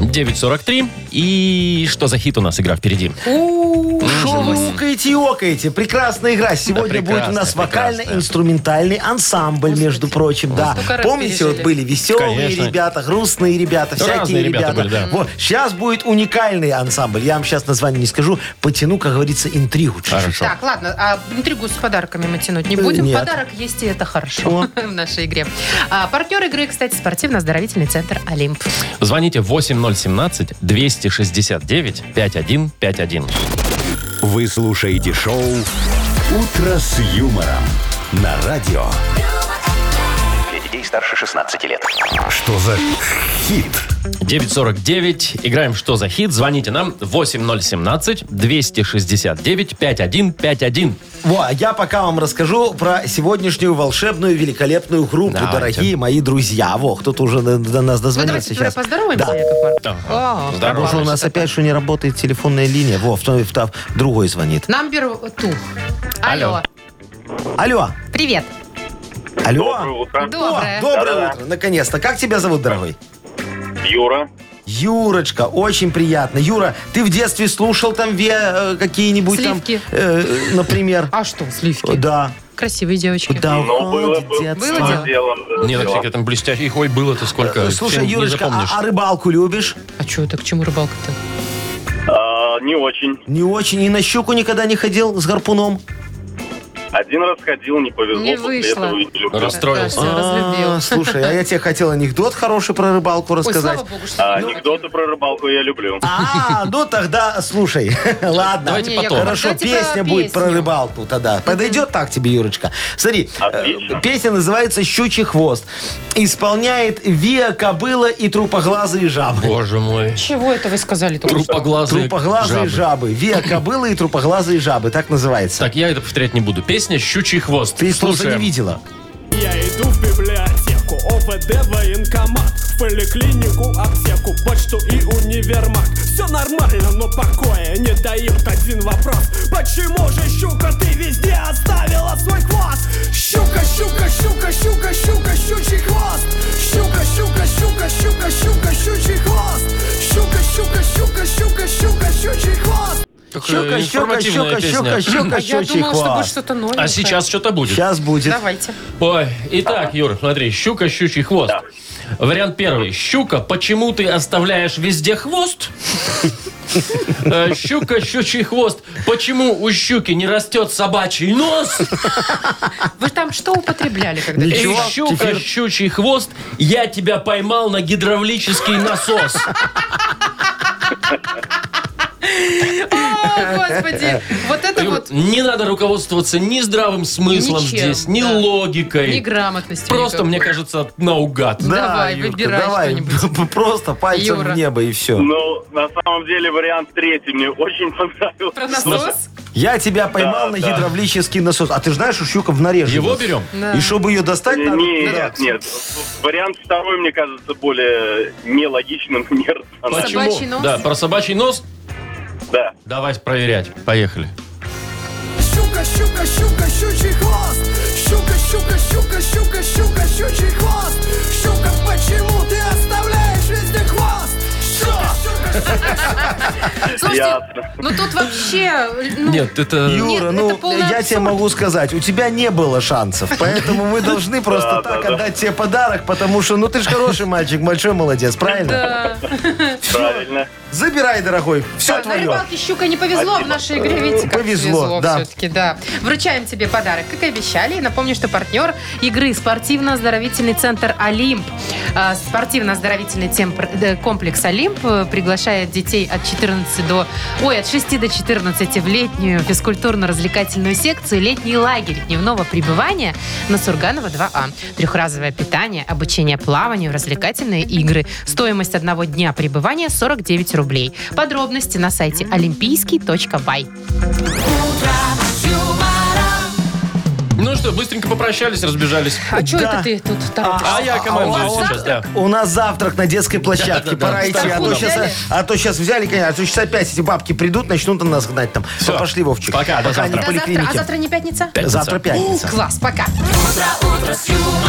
S2: 9.43. И что за хит у нас игра впереди?
S3: У,
S4: Шо вы укаете и окаете? Прекрасная игра. Сегодня будет у нас
S2: прекрасная, прекрасная.
S4: вокально-инструментальный ансамбль, между прочим, да.
S3: ну, как раз
S4: Помните, вот
S3: пережили.
S4: были веселые
S2: Конечно.
S4: ребята, грустные ребята,
S2: Да, разные
S4: всякие
S2: ребята были,
S4: ребята.
S2: да.
S4: Вот, сейчас будет уникальный ансамбль. Я вам сейчас название не скажу, потяну, как говорится, интригу чуть-чуть.
S2: Хорошо.
S3: Так, ладно, а интригу с подарками мы тянуть не будем.
S4: Нет.
S3: Подарок есть, и это хорошо в нашей игре. А, партнер игры, кстати, спортивно-оздоровительный центр «Олимп».
S4: Ну,
S2: Звоните 8017-269-5151.
S1: Вы слушаете шоу «Утро с юмором» на радио.
S5: Для детей старше 16 лет.
S1: Что за хит?
S2: 949. Играем «Что за хит?». Звоните нам 8017-269-5151.
S4: Во, а я пока вам расскажу про сегодняшнюю волшебную, великолепную группу,
S2: Давайте.
S4: дорогие мои друзья. Во, кто-то уже до, до нас
S3: Ну,
S4: дозвонился
S3: давайте тогда
S4: сейчас.
S3: поздороваемся,
S4: Да.
S3: Яков Маркович.
S2: Ага.
S3: О,
S2: Здорово.
S4: Потому что у нас опять что не работает телефонная линия. Во, в, том- в том- другой звонит.
S3: Number two. Алло.
S2: Алло.
S4: Алло,
S3: Привет.
S4: алло.
S7: утро.
S3: Доброе.
S4: О, доброе
S7: Да-да-да.
S4: утро, наконец-то. Как тебя зовут, дорогой?
S7: Юра.
S4: Юрочка, очень приятно. Юра, ты в детстве слушал там ве э, какие-нибудь там,
S3: Сливки.
S4: э, э, например?
S3: А что, сливки?
S4: Да.
S3: Красивые девочки.
S4: Да,
S7: Ну, было, было.
S3: Было дело?
S2: Не, так всякое там блестящий. Ой, было-то сколько.
S4: Э, Слушай,
S2: чем не
S4: Юрочка, а-
S2: запомнишь.
S4: а рыбалку любишь?
S3: А что это, к чему рыбалка-то?
S7: А, не очень.
S4: Не очень. И на щуку никогда не ходил с гарпуном?
S7: Один раз ходил, не повезло.
S3: Не после вышло. этого и
S2: Расстроился.
S3: Всё, разлюбил.
S4: А, Слушай, а я тебе хотел анекдот хороший про рыбалку
S3: Ой,
S4: рассказать.
S3: слава богу, что...
S7: А,
S3: Ну,
S7: анекдоты про рыбалку я люблю.
S4: А, ну тогда слушай. Ладно.
S2: Давайте
S3: Не,
S2: потом.
S3: Яков
S4: Хорошо,
S3: Давайте про
S4: песня будет про
S3: песню.
S4: рыбалку тогда. Подойдет так тебе, Юрочка? Смотри, э,
S7: Отлично.
S4: песня называется «Щучий хвост». Исполняет Виа Кобыла и Трупоглазые жабы.
S2: Боже мой.
S3: Чего это вы сказали? только что?
S2: Трупоглазые,
S4: Трупоглазые
S2: жабы.
S4: жабы. Виа Кобыла и Трупоглазые жабы. Так называется.
S2: Так, я это повторять не буду. Песня «Щучий хвост».
S4: Ты слушай, не
S2: Слушаем. Э,
S4: видела.
S10: Я иду в библиотеку, ОВД, военкомат В поликлинику, аптеку, почту и универмаг Все нормально, но покоя не дает один вопрос Почему же, щука, ты везде оставила свой хвост? Щука, щука, щука, щука, щука, щучий хвост Щука, щука, щука, щука, щука, щучий хвост Щука, щука, щука, щука, щука, щучий хвост
S2: Какая
S4: Щука, щука,
S2: информативная
S4: щука,
S2: песня.
S4: щука, щука,
S3: А я
S4: щучий
S3: думала, что будет
S4: хвост.
S3: что-то новенькое.
S2: А сейчас что-то будет.
S4: Сейчас будет.
S3: Давайте.
S2: Ой, итак, Юр, смотри, щука, щучий хвост. Вариант первый. Щука, почему ты оставляешь везде хвост? Э, Щука, щучий хвост. Почему у щуки не растет собачий нос?
S3: Вы там что употребляли, когда...
S2: И
S4: Ничего,
S2: щука,
S4: теперь-
S2: щучий хвост. Я тебя поймал на гидравлический насос. Ну,
S3: О, господи! Вот это
S2: Юр,
S3: вот
S2: Не надо руководствоваться ни здравым смыслом
S3: Ничем,
S2: здесь, ни
S3: да.
S2: логикой.
S3: неграмотность.
S2: Просто,
S3: Яков.
S2: мне кажется, наугад.
S3: Давай, выбирай
S4: давай.
S3: что-нибудь.
S4: Просто пальцем
S3: Юра.
S4: в небо и все.
S7: Ну, на самом деле, вариант третий мне очень понравился.
S3: Про насос?
S4: Я тебя поймал
S7: Да,
S4: на
S7: да.
S4: гидравлический насос. А ты ж знаешь, что щука в нареже.
S2: Его
S4: идет.
S2: берем?
S3: Да.
S4: И чтобы ее достать, надо... Да.
S7: Нет, нет. Вариант второй, мне кажется, более нелогичным, нерациональным.
S2: Почему?
S3: Собачий нос?
S2: Да, про собачий нос.
S7: Да.
S2: Давай проверять. Поехали.
S10: Щука, щука, щука, щучий хвост. Щука, щука, щука, щука, щука, щучий хвост. Щука, почему ты оставляешь везде хвост? Щука, щука, щука.
S3: Слушайте,
S7: Ясно.
S3: ну тут вообще... ну,
S2: Нет, это...
S3: Нет,
S4: Юра, ну,
S3: это полный
S4: я тебе
S3: абсурд.
S4: могу сказать, у тебя не было шансов, поэтому мы должны просто
S7: Да, да,
S4: так
S7: да.
S4: отдать тебе подарок, потому что, ну, ты же хороший мальчик, большой молодец, правильно?
S3: Да.
S7: Правильно.
S4: Забирай, дорогой, все
S3: Да, На
S4: твое.
S3: рыбалке щука не повезло в нашей игре, видите, как
S4: Повезло,
S3: повезло
S4: да.
S3: все-таки, да. Вручаем тебе подарок, как и обещали. И Напомню, что партнер игры спортивно-оздоровительный центр «Олимп». А, Спортивно-оздоровительный темпр- э, комплекс «Олимп» э, приглашает детей от 14 до... Ой, от 6 до 14 в летнюю физкультурно-развлекательную секцию «Летний лагерь дневного пребывания» на Сурганова 2А. Трехразовое питание, обучение плаванию, развлекательные игры. Стоимость одного дня пребывания 49 рублей. Подробности на сайте олимпийский.бай.
S2: Ну что, быстренько попрощались, разбежались.
S3: А что
S4: Да.
S3: это ты тут так?
S2: А я командую сейчас, да.
S4: У нас завтрак на детской площадке,
S2: Да-да-да.
S4: пора идти, а
S2: Страху
S4: то,
S3: взяли?
S4: сейчас, а то сейчас взяли, конечно, а то сейчас опять эти бабки придут, начнут на нас гнать там.
S2: Всё.
S4: Всё, Пошли, Вовчик.
S2: Пока, до завтра.
S4: пока не в
S3: До завтра. А
S4: поликлинике.
S3: завтра не пятница?
S2: Пятница.
S4: Завтра пятница.
S3: Класс, пока.
S10: Утро, утро с юмором.